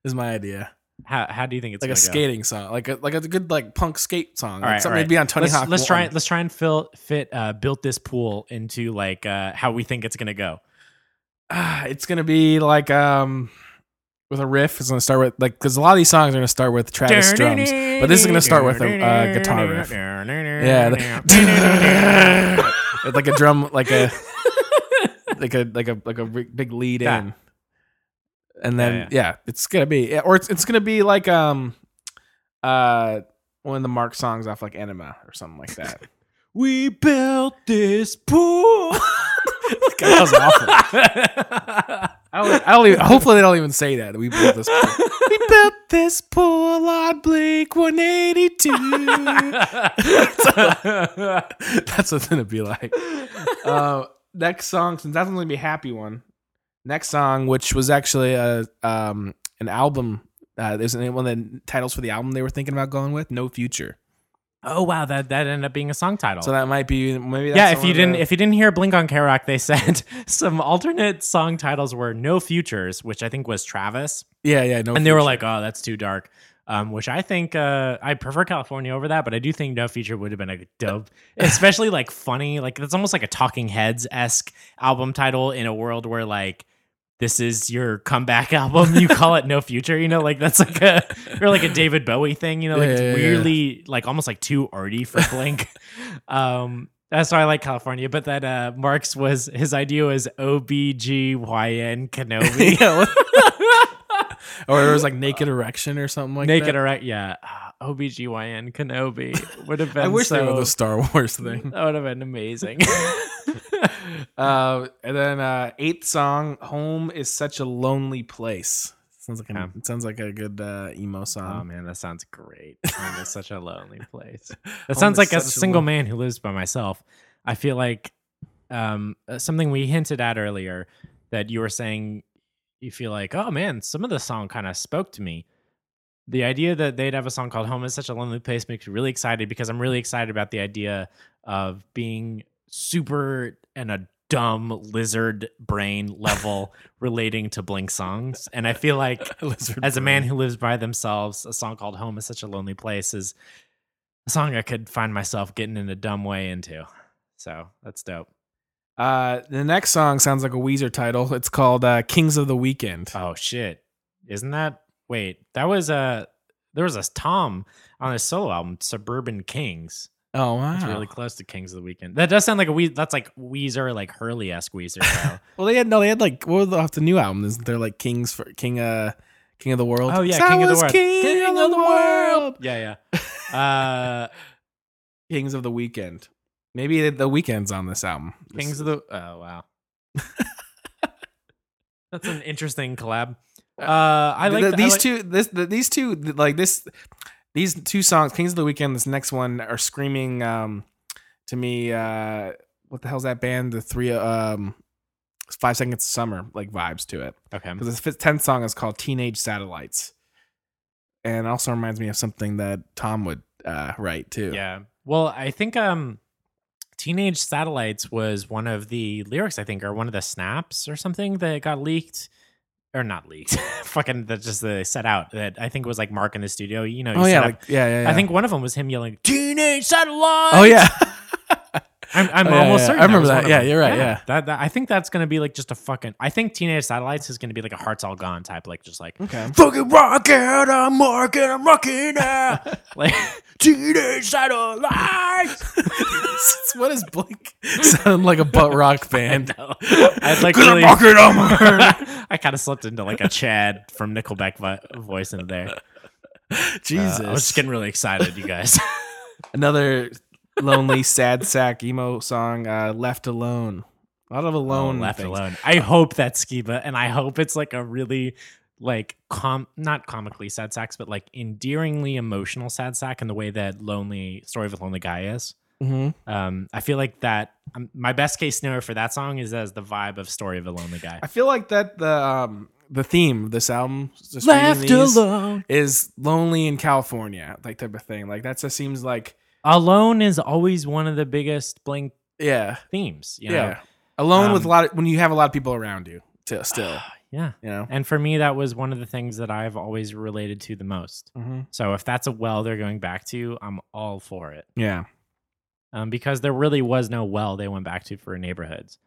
[SPEAKER 1] Is my idea
[SPEAKER 2] how how do you think it's
[SPEAKER 1] like
[SPEAKER 2] gonna
[SPEAKER 1] a
[SPEAKER 2] go?
[SPEAKER 1] skating song, like a like a good like punk skate song, like
[SPEAKER 2] right,
[SPEAKER 1] something
[SPEAKER 2] all
[SPEAKER 1] that'd be on Tony
[SPEAKER 2] Let's,
[SPEAKER 1] Hawk.
[SPEAKER 2] let's
[SPEAKER 1] 1.
[SPEAKER 2] try let's try and fill, fit uh, built this pool into like uh, how we think it's gonna go.
[SPEAKER 1] Ah, it's gonna be like um with a riff. It's gonna start with like because a lot of these songs are gonna start with Travis drums, but this is gonna start with a uh, guitar riff. Yeah, the- It's like a drum, like a like a like a like a big big lead
[SPEAKER 2] That.
[SPEAKER 1] in. and then
[SPEAKER 2] Yeah,
[SPEAKER 1] yeah, it's gonna be or it's it's gonna be like um uh one of the Mark songs off like Enema or something like that.
[SPEAKER 2] We built this pool.
[SPEAKER 1] that was awful. I don't, I don't even. Hopefully, they don't even say that. We built this. Pool. we built this pool on Blink One Eighty Two. That's what's gonna be like. Uh, next song, since that's gonna be a happy one. Next song, which was actually a um an album. Uh, there's an- one of the titles for the album they were thinking about going with, No Future.
[SPEAKER 2] oh wow, that that ended up being a song title.
[SPEAKER 1] So that might be maybe. That's
[SPEAKER 2] yeah, if
[SPEAKER 1] one
[SPEAKER 2] you
[SPEAKER 1] of
[SPEAKER 2] didn't
[SPEAKER 1] the-
[SPEAKER 2] if you didn't hear Blink on Rock, they said some alternate song titles were No Futures, which I think was Travis,
[SPEAKER 1] yeah, yeah, no.
[SPEAKER 2] and they were like, "Oh, that's too dark." Um, which I think uh, I prefer California over that, but I do think No Future would have been a dope, especially like funny, like that's almost like a Talking Heads esque album title in a world where like this is your comeback album. You call it No Future, you know, like that's like a or like a David Bowie thing, you know, like
[SPEAKER 1] Yeah,
[SPEAKER 2] it's
[SPEAKER 1] yeah, yeah.
[SPEAKER 2] weirdly like almost like too arty for Blink. um, that's why I like California, but that uh, Marx was his idea was OBGYN Kenobi.
[SPEAKER 1] Yeah, what- or it was like naked erection or something like
[SPEAKER 2] Naked
[SPEAKER 1] that.
[SPEAKER 2] or yeah. Ah, OBGYN Kenobi would have been
[SPEAKER 1] I wish
[SPEAKER 2] so,
[SPEAKER 1] they were the Star Wars thing.
[SPEAKER 2] That would have been amazing.
[SPEAKER 1] Uh, and then uh, eighth song, "Home is such a lonely place." Sounds like a,
[SPEAKER 2] Yeah.
[SPEAKER 1] it sounds like a good uh, emo
[SPEAKER 2] oh
[SPEAKER 1] song.
[SPEAKER 2] man, that sounds great. Man, that's such a lonely place.
[SPEAKER 1] Home
[SPEAKER 2] That sounds
[SPEAKER 1] is
[SPEAKER 2] like a
[SPEAKER 1] such a
[SPEAKER 2] single
[SPEAKER 1] lon-
[SPEAKER 2] man who lives by myself. I feel like um, uh, something we hinted at earlier that you were saying you feel like, oh man, some of the song kind of spoke to me. The idea that they'd have a song called Home is Such a Lonely Place makes me really excited because I'm really excited about the idea of being super and a dumb lizard brain level relating to Blink songs. And I feel like
[SPEAKER 1] Lizard
[SPEAKER 2] Um, as a
[SPEAKER 1] brain.
[SPEAKER 2] man who lives by themselves, a song called Home is Such a Lonely Place is a song I could find myself getting in a dumb way into. So that's dope.
[SPEAKER 1] Uh, the next song sounds like a Weezer title. It's called uh, "Kings of the Weekend."
[SPEAKER 2] Oh shit. Isn't that wait, that was a there was a Tom on his solo album, Suburban Kings.
[SPEAKER 1] Oh wow!
[SPEAKER 2] That's really close to Kings of the Weekend. That does sound like a Wee that's like Weezer, like Hurley esque Weezer though.
[SPEAKER 1] Well, they had no. They had like what was the, off the new album? Isn't there like Kings for King? Uh, King of the World.
[SPEAKER 2] Oh yeah,
[SPEAKER 1] 'Cause I
[SPEAKER 2] King of the
[SPEAKER 1] was
[SPEAKER 2] World.
[SPEAKER 1] King, of the World.
[SPEAKER 2] Yeah, yeah. Uh
[SPEAKER 1] Kings of the Weekend. Maybe the- the weekend's on this album.
[SPEAKER 2] Kings of the Oh wow. That's an interesting collab. Uh I
[SPEAKER 1] Th-
[SPEAKER 2] like th- I
[SPEAKER 1] these
[SPEAKER 2] like-
[SPEAKER 1] two. This the, these two th- like this. These two songs, Kings of the Weekend, this next one, are screaming um, to me. Uh, what the hell's that band? The three um, five seconds of summer like vibes to it
[SPEAKER 2] Okay.
[SPEAKER 1] because this tenth song is called Teenage Satellites, and it also reminds me of something that Tom would uh, write too.
[SPEAKER 2] Yeah. Well, I think um Teenage Satellites was one of the lyrics, I think, or one of the snaps or something that got leaked. Or not leaked. Fucking that just they set out that I think was like Mark in the studio. You know, you
[SPEAKER 1] Oh yeah,
[SPEAKER 2] set up-
[SPEAKER 1] like, yeah, yeah,
[SPEAKER 2] I
[SPEAKER 1] yeah.
[SPEAKER 2] think one of them was him yelling, Teenage Satellites.
[SPEAKER 1] Oh yeah.
[SPEAKER 2] I'm, I'm
[SPEAKER 1] Oh, yeah,
[SPEAKER 2] almost
[SPEAKER 1] yeah,
[SPEAKER 2] certain.
[SPEAKER 1] I remember
[SPEAKER 2] was
[SPEAKER 1] that.
[SPEAKER 2] one of
[SPEAKER 1] Yeah,
[SPEAKER 2] them.
[SPEAKER 1] you're right, yeah.
[SPEAKER 2] That, that I think that's gonna be like just a fucking. I think Teenage Satellites is gonna be like a Hearts All Gone type, like just like
[SPEAKER 1] okay.
[SPEAKER 2] fucking rock out, I'm rocking, I'm rocking out, like Teenage Satellites.
[SPEAKER 1] what is Blink? Sound like a butt rock band.
[SPEAKER 2] No, I'd like really. I kind of slipped into like a Chad from Nickelback vo- voice into there. Uh,
[SPEAKER 1] Jesus.
[SPEAKER 2] I was just getting really excited, you guys.
[SPEAKER 1] Another lonely, sad sack emo song, uh, Left Alone. A lot of Oh, alone.
[SPEAKER 2] left
[SPEAKER 1] things.
[SPEAKER 2] alone. I hope that's Skiba, and I hope it's like a really like com not comically sad sax, but like endearingly emotional sad sack in the way that lonely story of a lonely guy is.
[SPEAKER 1] Mhm.
[SPEAKER 2] Um, I feel like that. Um, my best case scenario for that song is as the vibe of story of a lonely guy.
[SPEAKER 1] I feel like that the um, the theme of this album just reading
[SPEAKER 2] Left
[SPEAKER 1] these,
[SPEAKER 2] alone.
[SPEAKER 1] is lonely in California, like type of thing. Like that just seems like
[SPEAKER 2] Alone is always one of the biggest blank
[SPEAKER 1] yeah,
[SPEAKER 2] themes. You
[SPEAKER 1] yeah.
[SPEAKER 2] Know?
[SPEAKER 1] Alone with
[SPEAKER 2] Um,
[SPEAKER 1] a lot of, when you have a lot of people around you. To, still,
[SPEAKER 2] Yeah.
[SPEAKER 1] you know.
[SPEAKER 2] And for me, that was one of the things that I've always related to the most.
[SPEAKER 1] Mhm.
[SPEAKER 2] So if that's a well they're going back to, I'm all for it.
[SPEAKER 1] Yeah.
[SPEAKER 2] um, because there really was no well they went back to for neighborhoods.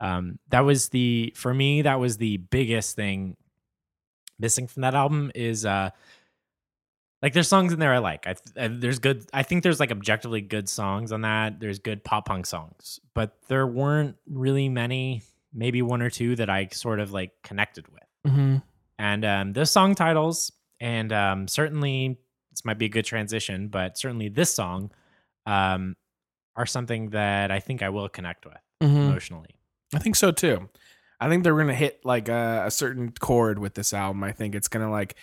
[SPEAKER 2] Um, that was the for me that was the biggest thing missing from that album is uh, like there's songs in there I like. I, th- uh there's good. I think there's like objectively good songs on that. There's good pop punk songs, but there weren't really many. Maybe one or two that I sort of like connected with.
[SPEAKER 1] Mm-hmm.
[SPEAKER 2] And um, those song titles, and um, certainly this might be a good transition, but certainly this song um, are something that I think I will connect with
[SPEAKER 1] Hmm.
[SPEAKER 2] emotionally.
[SPEAKER 1] I think so too. I think they're gonna hit like a, a certain chord with this album. I think it's gonna like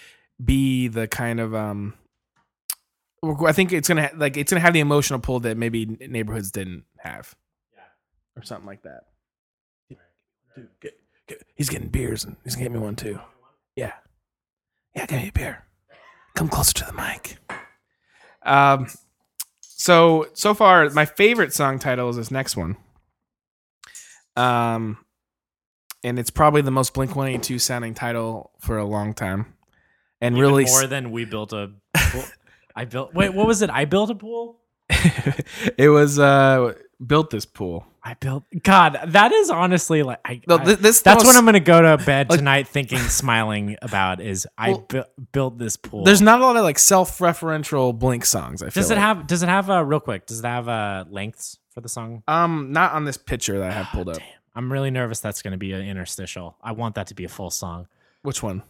[SPEAKER 1] be the kind of um. I think it's gonna ha- like it's gonna have the emotional pull that maybe neighborhoods didn't have, yeah, or something like that. Dude, get- get- he's getting beers and he's gonna get me one too. Yeah, yeah, give me a beer. Come closer to the mic. Um, so so far my favorite song title is this next one. Um, and it's probably the most Blink One Eighty Two sounding title for a long time, and
[SPEAKER 2] Even
[SPEAKER 1] really
[SPEAKER 2] more than we built a. Pool. I built. Wait, what was it? I built a pool.
[SPEAKER 1] it was uh built this pool.
[SPEAKER 2] I built. God, that is honestly like. I,
[SPEAKER 1] No,
[SPEAKER 2] I-
[SPEAKER 1] thi- this
[SPEAKER 2] that's
[SPEAKER 1] most-
[SPEAKER 2] what I'm going to go to bed
[SPEAKER 1] Like-
[SPEAKER 2] tonight thinking, smiling about is I
[SPEAKER 1] Well,
[SPEAKER 2] bu- built this pool.
[SPEAKER 1] There's not a lot of like self-referential Blink songs. I feel
[SPEAKER 2] Does it
[SPEAKER 1] like.
[SPEAKER 2] have? Does it have? Uh, real quick. Does it have uh, lengths for the song?
[SPEAKER 1] Um, not on this picture that I have pulled up.
[SPEAKER 2] I'm really nervous. That's going to be an interstitial. I want that to be a full song.
[SPEAKER 1] Which one?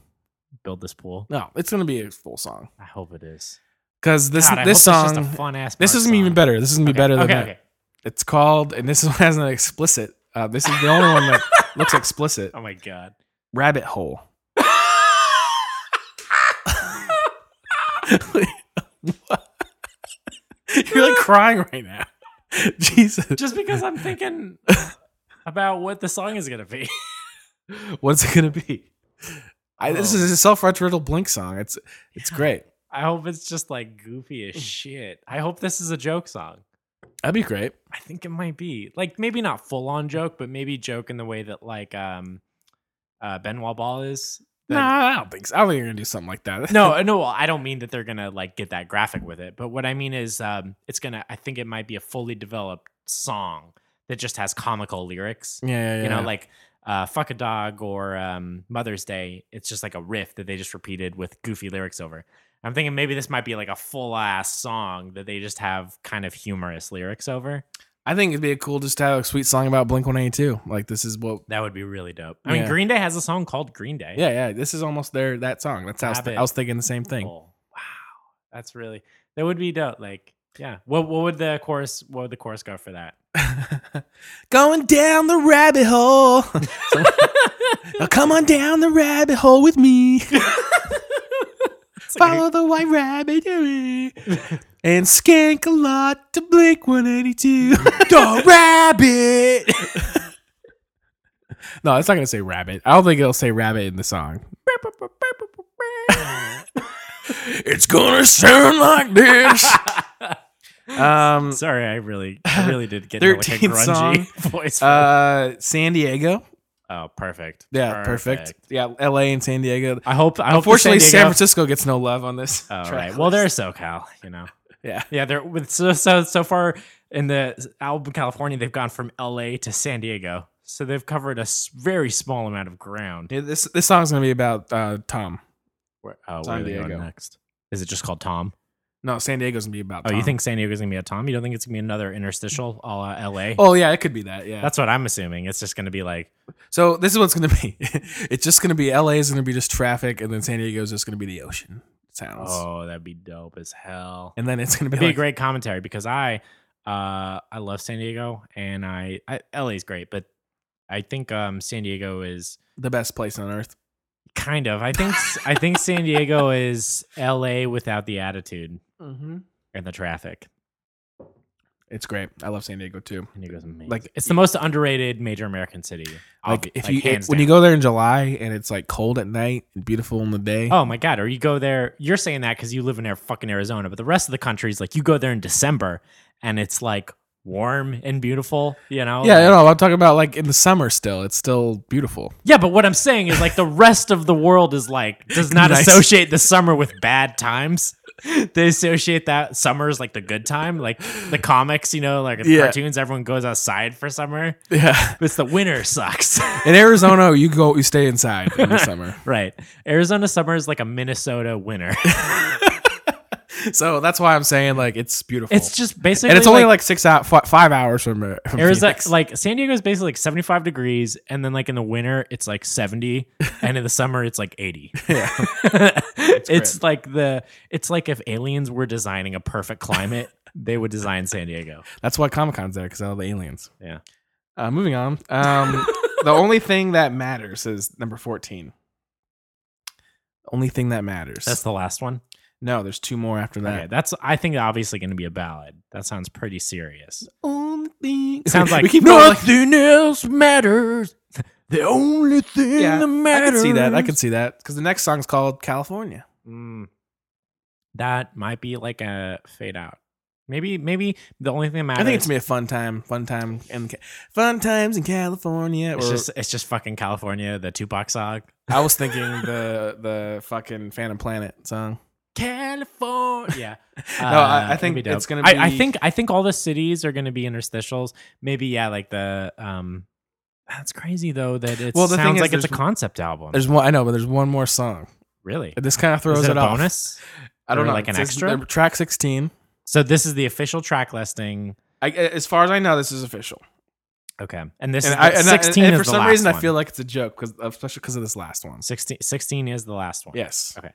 [SPEAKER 2] Build this pool.
[SPEAKER 1] No, it's gonna be a full song
[SPEAKER 2] I hope it is.
[SPEAKER 1] because this
[SPEAKER 2] God, I
[SPEAKER 1] this
[SPEAKER 2] hope it's
[SPEAKER 1] song
[SPEAKER 2] just a fun ass.
[SPEAKER 1] this isn't even better. This is gonna be better than
[SPEAKER 2] okay,
[SPEAKER 1] that.
[SPEAKER 2] okay.
[SPEAKER 1] It's called and this one has an explicit. Uh, this is the only one that looks explicit.
[SPEAKER 2] Oh my god.
[SPEAKER 1] Rabbit hole. You're like crying right now. Jesus,
[SPEAKER 2] Just because I'm thinking about what the song is going to be.
[SPEAKER 1] what's it gonna be? I, this
[SPEAKER 2] Oh.
[SPEAKER 1] is a self-referential Blink song. It's it's great.
[SPEAKER 2] I hope it's just like goofy as shit. I hope this is a joke song.
[SPEAKER 1] That'd be great.
[SPEAKER 2] I think it might be like maybe not full on joke, but maybe joke in the way that like um uh Benoit Ball is. That-
[SPEAKER 1] No, I don't think so. I don't think you're gonna do something like that.
[SPEAKER 2] no, no, well, I don't mean that they're gonna like get that graphic with it, but what I mean is um it's gonna I think it might be a fully developed song that just has comical lyrics.
[SPEAKER 1] yeah, yeah, yeah.
[SPEAKER 2] You know, like uh fuck a dog or um Mother's Day, it's just like a riff that they just repeated with goofy lyrics over. I'm thinking maybe this might be like a full ass song that they just have kind of humorous lyrics over.
[SPEAKER 1] I think it'd be cool just to have a sweet song about Blink One Eighty Two. Like this is what.
[SPEAKER 2] That would be really dope. I mean,
[SPEAKER 1] Yeah.
[SPEAKER 2] Green Day has a song called Green Day.
[SPEAKER 1] Yeah, yeah. This is almost their that song. That's how I was,
[SPEAKER 2] Rabbit
[SPEAKER 1] I was thinking the same thing.
[SPEAKER 2] Cool. Wow, that's really that would be dope. Like, yeah. What what would the chorus? What would the chorus go for that?
[SPEAKER 1] Going down the rabbit hole. So- Now come on down the rabbit hole with me.
[SPEAKER 2] It's like a-
[SPEAKER 1] Follow the white rabbit to me. And skank a lot to Blink 182. the rabbit. no, it's not going to say rabbit. I don't think it'll say rabbit in the song. it's going to sound like this. um,
[SPEAKER 2] Sorry, I really, I really did get into, like a
[SPEAKER 1] 13th
[SPEAKER 2] grungy
[SPEAKER 1] song.
[SPEAKER 2] voice. for-
[SPEAKER 1] uh, San Diego.
[SPEAKER 2] oh, perfect.
[SPEAKER 1] Yeah, perfect. Yeah, LA and San Diego.
[SPEAKER 2] I hope. I hope the
[SPEAKER 1] Unfortunately, San,
[SPEAKER 2] Diego-
[SPEAKER 1] Francisco gets no love on this.
[SPEAKER 2] Oh,
[SPEAKER 1] track
[SPEAKER 2] right. Well,
[SPEAKER 1] list.
[SPEAKER 2] they're SoCal, you know.
[SPEAKER 1] Yeah.
[SPEAKER 2] Yeah, they're with so so so far in the album California, they've gone from LA to San Diego. So they've covered a s- very small amount of ground.
[SPEAKER 1] Yeah, this this song's gonna be about uh, Tom.
[SPEAKER 2] Where, oh,
[SPEAKER 1] San
[SPEAKER 2] where are they going
[SPEAKER 1] Diego.
[SPEAKER 2] next? Is it just called Tom?
[SPEAKER 1] No, San Diego's gonna be about.
[SPEAKER 2] Oh,
[SPEAKER 1] Tom.
[SPEAKER 2] you think San Diego's gonna be a Tom? You don't think it's gonna be another interstitial a la LA?
[SPEAKER 1] Oh yeah, it could be that. Yeah.
[SPEAKER 2] That's what I'm assuming. It's just gonna be like
[SPEAKER 1] so this is what's gonna be. it's just gonna be L.A. is gonna be just traffic, and then San Diego's just gonna be the ocean sounds,
[SPEAKER 2] Oh, that'd be dope as hell.
[SPEAKER 1] and then it's gonna be,
[SPEAKER 2] It'd be a
[SPEAKER 1] like-
[SPEAKER 2] great commentary because I uh I love San Diego and I, I LA's great, but I think um San Diego is
[SPEAKER 1] the best place on earth.
[SPEAKER 2] Kind of. I think I think San Diego is LA without the attitude
[SPEAKER 1] Mm-hmm.
[SPEAKER 2] and the traffic.
[SPEAKER 1] It's great. I love San Diego too.
[SPEAKER 2] San Diego's amazing.
[SPEAKER 1] Like-
[SPEAKER 2] it's the most underrated major American city.
[SPEAKER 1] Like
[SPEAKER 2] Obvi-
[SPEAKER 1] if you
[SPEAKER 2] hands
[SPEAKER 1] when you
[SPEAKER 2] down.
[SPEAKER 1] go there in July and it's like cold at night and beautiful in the day.
[SPEAKER 2] Oh my god, or you go there, you're saying that cuz you live in there fucking Arizona, but the rest of the country is like you go there in December and it's like warm and beautiful, you know?
[SPEAKER 1] yeah,
[SPEAKER 2] Like-
[SPEAKER 1] no, I'm talking about like in the summer still. It's still beautiful.
[SPEAKER 2] Yeah, but what I'm saying is like the rest of the world is like does not
[SPEAKER 1] Nice.
[SPEAKER 2] associate the summer with bad times. They associate that summer is like the good time, like the comics, you know, like the
[SPEAKER 1] Yeah.
[SPEAKER 2] cartoons. Everyone goes outside for summer.
[SPEAKER 1] Yeah.
[SPEAKER 2] But it's the winter sucks,
[SPEAKER 1] In Arizona, you go you stay inside in the summer.
[SPEAKER 2] right? Arizona summer is like a Minnesota winter.
[SPEAKER 1] so that's why I'm saying like it's beautiful.
[SPEAKER 2] It's just basically
[SPEAKER 1] and it's only like, six out fi- five hours from, uh, from
[SPEAKER 2] Arizona,
[SPEAKER 1] Phoenix.
[SPEAKER 2] like San Diego is basically like 75 degrees, and then like in the winter it's like 70, and in the summer it's like 80.
[SPEAKER 1] Yeah.
[SPEAKER 2] it's like the it's like if aliens were designing a perfect climate, they would design San Diego.
[SPEAKER 1] That's why Comic Con's there because of all the aliens.
[SPEAKER 2] Yeah.
[SPEAKER 1] Uh, moving on. Um, the only thing that matters is number fourteen. Only thing that matters.
[SPEAKER 2] That's the last one.
[SPEAKER 1] no, there's two more after that.
[SPEAKER 2] Okay, that's I think obviously going to be a ballad. That sounds pretty serious.
[SPEAKER 1] Only thing
[SPEAKER 2] Sounds like
[SPEAKER 1] we keep going. Like,
[SPEAKER 2] else matters. The only thing
[SPEAKER 1] yeah, I can see that. I can see that because the next song's called California.
[SPEAKER 2] Mm. that might be like a fade out. Maybe maybe the only thing that matters.
[SPEAKER 1] I think it's gonna be a fun time. Fun time and fun times in California.
[SPEAKER 2] It's
[SPEAKER 1] or-
[SPEAKER 2] just it's just fucking California, the Tupac song.
[SPEAKER 1] I was thinking the the fucking Phantom Planet song.
[SPEAKER 2] California.
[SPEAKER 1] No, I- I think it's gonna
[SPEAKER 2] I, I
[SPEAKER 1] be-
[SPEAKER 2] think I think all the cities are gonna be interstitials. Maybe yeah, like the um. That's crazy though that it
[SPEAKER 1] Well, the thing
[SPEAKER 2] sounds
[SPEAKER 1] is
[SPEAKER 2] like it's a
[SPEAKER 1] there's-
[SPEAKER 2] concept album.
[SPEAKER 1] There's one I know, but there's one more song.
[SPEAKER 2] Really,
[SPEAKER 1] This kind of throws
[SPEAKER 2] is it, a
[SPEAKER 1] off.
[SPEAKER 2] bonus?
[SPEAKER 1] I don't
[SPEAKER 2] Or
[SPEAKER 1] know,
[SPEAKER 2] like an
[SPEAKER 1] It says
[SPEAKER 2] extra?
[SPEAKER 1] number- Track sixteen.
[SPEAKER 2] So this is the official track listing.
[SPEAKER 1] I, as far as I know, this is official.
[SPEAKER 2] Okay, and this
[SPEAKER 1] And,
[SPEAKER 2] is
[SPEAKER 1] I,
[SPEAKER 2] the-
[SPEAKER 1] and, I-
[SPEAKER 2] sixteen.
[SPEAKER 1] and
[SPEAKER 2] is
[SPEAKER 1] for
[SPEAKER 2] the
[SPEAKER 1] some
[SPEAKER 2] last
[SPEAKER 1] reason, I
[SPEAKER 2] one.
[SPEAKER 1] feel like it's a joke, because especially because of this last one.
[SPEAKER 2] 16, 16 is the last one.
[SPEAKER 1] Yes.
[SPEAKER 2] Okay.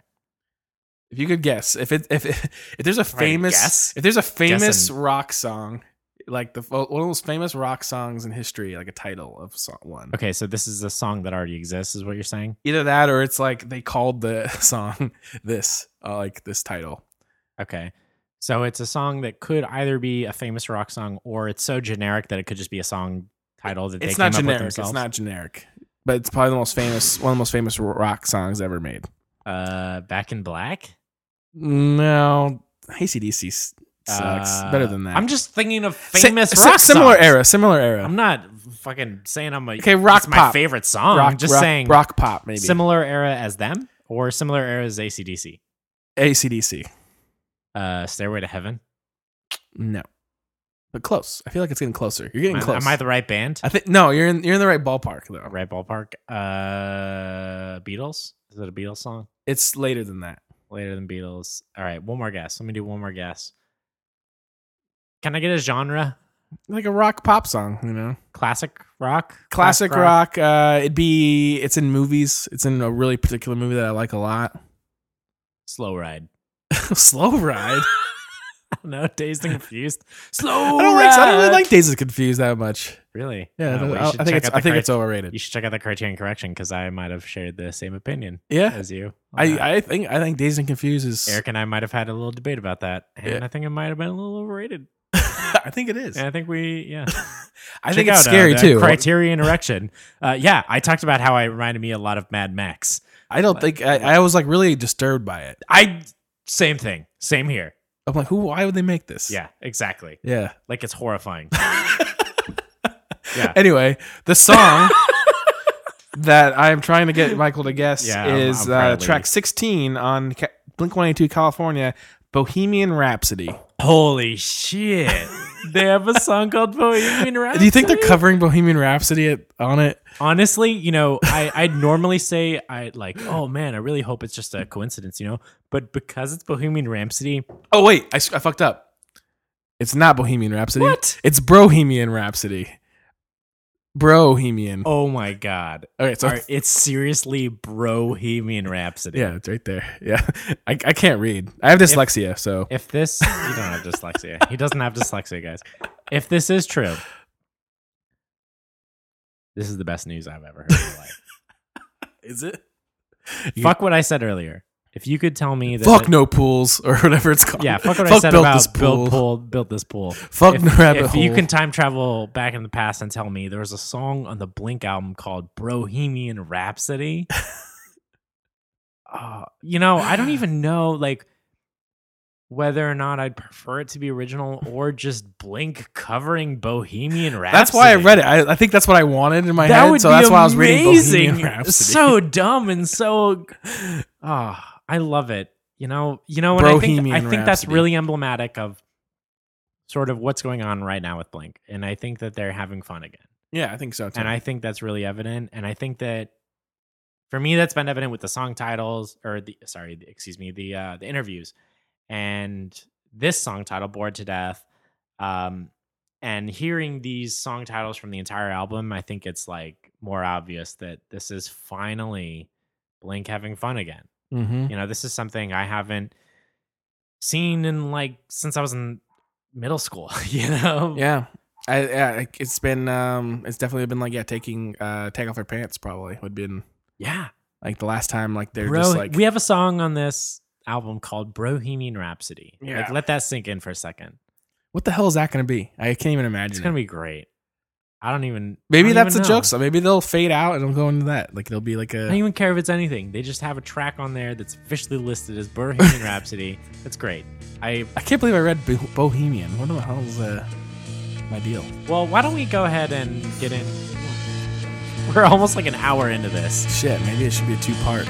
[SPEAKER 1] If you could guess, if it if if, if there's a
[SPEAKER 2] All right,
[SPEAKER 1] famous
[SPEAKER 2] guess?
[SPEAKER 1] if there's a famous
[SPEAKER 2] Guessing.
[SPEAKER 1] rock song, like the one of those famous rock songs in history, like a title of song one.
[SPEAKER 2] Okay, so this is a song that already exists, is what you're saying?
[SPEAKER 1] Either that, or it's like they called the song this, uh, like this title.
[SPEAKER 2] Okay. So it's a song that could either be a famous rock song or it's so generic that it could just be a song title that
[SPEAKER 1] It's
[SPEAKER 2] they came
[SPEAKER 1] not
[SPEAKER 2] up
[SPEAKER 1] generic.
[SPEAKER 2] with
[SPEAKER 1] It's
[SPEAKER 2] themselves.
[SPEAKER 1] not generic, but it's probably the most famous one of the most famous rock songs ever made.
[SPEAKER 2] uh Back in Black.
[SPEAKER 1] No, ACDC sucks.
[SPEAKER 2] Uh,
[SPEAKER 1] Better than that.
[SPEAKER 2] I'm just thinking of
[SPEAKER 1] Sa-
[SPEAKER 2] famous
[SPEAKER 1] si-
[SPEAKER 2] rock
[SPEAKER 1] similar
[SPEAKER 2] songs.
[SPEAKER 1] era, similar era.
[SPEAKER 2] I'm not fucking saying I'm a
[SPEAKER 1] Okay, rock
[SPEAKER 2] it's my
[SPEAKER 1] pop.
[SPEAKER 2] favorite song.
[SPEAKER 1] rock,
[SPEAKER 2] I'm just
[SPEAKER 1] rock-
[SPEAKER 2] saying
[SPEAKER 1] rock pop maybe.
[SPEAKER 2] similar era as them or similar era as ACDC.
[SPEAKER 1] ACDC.
[SPEAKER 2] Uh Stairway to Heaven.
[SPEAKER 1] No, but close. I feel like it's getting closer. You're getting
[SPEAKER 2] Am I-
[SPEAKER 1] close.
[SPEAKER 2] Am I the right band?
[SPEAKER 1] I think no. You're in. You're in the right ballpark though.
[SPEAKER 2] Right ballpark. Uh Beatles? Is it a Beatles song?
[SPEAKER 1] It's later than that.
[SPEAKER 2] later than Beatles. All right, one more guess. Let me do one more guess. Can I get a genre?
[SPEAKER 1] Like a rock pop song, you know.
[SPEAKER 2] Classic rock?
[SPEAKER 1] Classic rock. Uh, it'd be. It's in movies. It's in a really particular movie that I like a lot.
[SPEAKER 2] Slow ride.
[SPEAKER 1] Slow Ride.
[SPEAKER 2] no, dazed and confused.
[SPEAKER 1] I
[SPEAKER 2] Slow
[SPEAKER 1] don't like. I don't really
[SPEAKER 2] Ride.
[SPEAKER 1] like Days of Confused that much.
[SPEAKER 2] Really?
[SPEAKER 1] Yeah,
[SPEAKER 2] Oh, well,
[SPEAKER 1] I,
[SPEAKER 2] you
[SPEAKER 1] I
[SPEAKER 2] should
[SPEAKER 1] think
[SPEAKER 2] check
[SPEAKER 1] it's.
[SPEAKER 2] out the
[SPEAKER 1] I think it's
[SPEAKER 2] cri- You
[SPEAKER 1] overrated.
[SPEAKER 2] should check out the Criterion Correction because I might have shared the same opinion
[SPEAKER 1] Yeah,
[SPEAKER 2] as you. on that.
[SPEAKER 1] I, I think I think Days and Confused is.
[SPEAKER 2] Eric and I might have had a little debate about that, and
[SPEAKER 1] Yeah.
[SPEAKER 2] I think it might have been a little overrated.
[SPEAKER 1] I think it is.
[SPEAKER 2] And I think we, yeah.
[SPEAKER 1] I
[SPEAKER 2] Check
[SPEAKER 1] think it's
[SPEAKER 2] out, uh,
[SPEAKER 1] scary
[SPEAKER 2] the
[SPEAKER 1] too.
[SPEAKER 2] Criterion Erection. Uh, yeah, I talked about how it reminded me a lot of Mad Max.
[SPEAKER 1] I don't think I, I was like really disturbed by it.
[SPEAKER 2] I same thing. Same here.
[SPEAKER 1] I'm like, who? Why would they make this?
[SPEAKER 2] Yeah, exactly.
[SPEAKER 1] yeah.
[SPEAKER 2] Like it's horrifying. Yeah.
[SPEAKER 1] Anyway, the song that I am trying to get Michael to guess
[SPEAKER 2] Yeah, I'm-
[SPEAKER 1] is
[SPEAKER 2] I'm proud
[SPEAKER 1] uh,
[SPEAKER 2] of you.
[SPEAKER 1] track 16 on Ca- Blink 182 California, "Bohemian Rhapsody."
[SPEAKER 2] Holy shit. they have a song called Bohemian Rhapsody.
[SPEAKER 1] Do you think they're covering Bohemian Rhapsody at, on it?
[SPEAKER 2] Honestly, you know, I I'd normally say I like, oh man, I really hope it's just a coincidence, you know. But because it's Bohemian Rhapsody,
[SPEAKER 1] Oh wait, I, s- I fucked up. It's not Bohemian Rhapsody.
[SPEAKER 2] What?
[SPEAKER 1] It's Brohemian Rhapsody. Brohemian.
[SPEAKER 2] oh my god.
[SPEAKER 1] okay, so
[SPEAKER 2] All right, it's seriously Bohemian Rhapsody.
[SPEAKER 1] yeah, it's right there. Yeah, I, I can't read. I have dyslexia, so
[SPEAKER 2] If this, you don't have dyslexia. He doesn't have dyslexia, guys. If this is true, this is the best news I've ever heard in my life.
[SPEAKER 1] is it? You-
[SPEAKER 2] Fuck what I said earlier. If you could tell me that,
[SPEAKER 1] Fuck no pools or whatever it's called.
[SPEAKER 2] yeah, fuck what I
[SPEAKER 1] Fuck
[SPEAKER 2] said
[SPEAKER 1] built
[SPEAKER 2] about
[SPEAKER 1] this pool.
[SPEAKER 2] build pool, built this pool.
[SPEAKER 1] Fuck
[SPEAKER 2] if,
[SPEAKER 1] no rabbit
[SPEAKER 2] if
[SPEAKER 1] hole.
[SPEAKER 2] you can time travel back in the past and tell me there was a song on the Blink album called Bohemian Rhapsody, uh, you know, I don't even know like whether or not I'd prefer it to be original or just Blink covering Bohemian Rhapsody.
[SPEAKER 1] that's why I read it. I, I think that's what I wanted in my
[SPEAKER 2] that
[SPEAKER 1] head.
[SPEAKER 2] would
[SPEAKER 1] so
[SPEAKER 2] be
[SPEAKER 1] that's
[SPEAKER 2] amazing.
[SPEAKER 1] why I was reading Bohemian Rhapsody.
[SPEAKER 2] So dumb and so ah, I love it. You know, you know, and I
[SPEAKER 1] Bohemian
[SPEAKER 2] think I think that's
[SPEAKER 1] Rhapsody.
[SPEAKER 2] really emblematic of sort of what's going on right now with Blink, and I think that they're having fun again,
[SPEAKER 1] yeah, I think so. Too.
[SPEAKER 2] and I think that's really evident, and I think that. For me, that's been evident with the song titles, or the sorry, the- excuse me, the uh, the interviews, and this song title, Bored to Death. Um, and hearing these song titles from the entire album, I think it's like more obvious that this is finally Blink having fun again.
[SPEAKER 1] Mm-hmm.
[SPEAKER 2] You know, this is something I haven't seen in like since I was in middle school, you know?
[SPEAKER 1] Yeah. I, yeah, like, it's been um, it's definitely been like yeah, taking uh, take off her pants probably would been
[SPEAKER 2] Yeah.
[SPEAKER 1] like the last time like they're
[SPEAKER 2] Bro,
[SPEAKER 1] just like
[SPEAKER 2] we have a song on this album called Bohemian Rhapsody. Like,
[SPEAKER 1] Yeah.
[SPEAKER 2] let that sink in for a second.
[SPEAKER 1] what the hell is that gonna be? I can't even imagine.
[SPEAKER 2] It's
[SPEAKER 1] it.
[SPEAKER 2] gonna be great. I don't even.
[SPEAKER 1] Maybe
[SPEAKER 2] I don't
[SPEAKER 1] that's a
[SPEAKER 2] even know.
[SPEAKER 1] joke. So maybe they'll fade out and it'll go into that. Like there'll be like
[SPEAKER 2] I don't
[SPEAKER 1] a
[SPEAKER 2] even care if it's anything. They just have a track on there that's officially listed as Bohemian Rhapsody. That's great. I
[SPEAKER 1] I can't believe I read Bo- Bohemian. What the hell's uh, my deal?
[SPEAKER 2] well, why don't we go ahead and get in? We're almost like an hour into this.
[SPEAKER 1] Shit, maybe it should be a two part.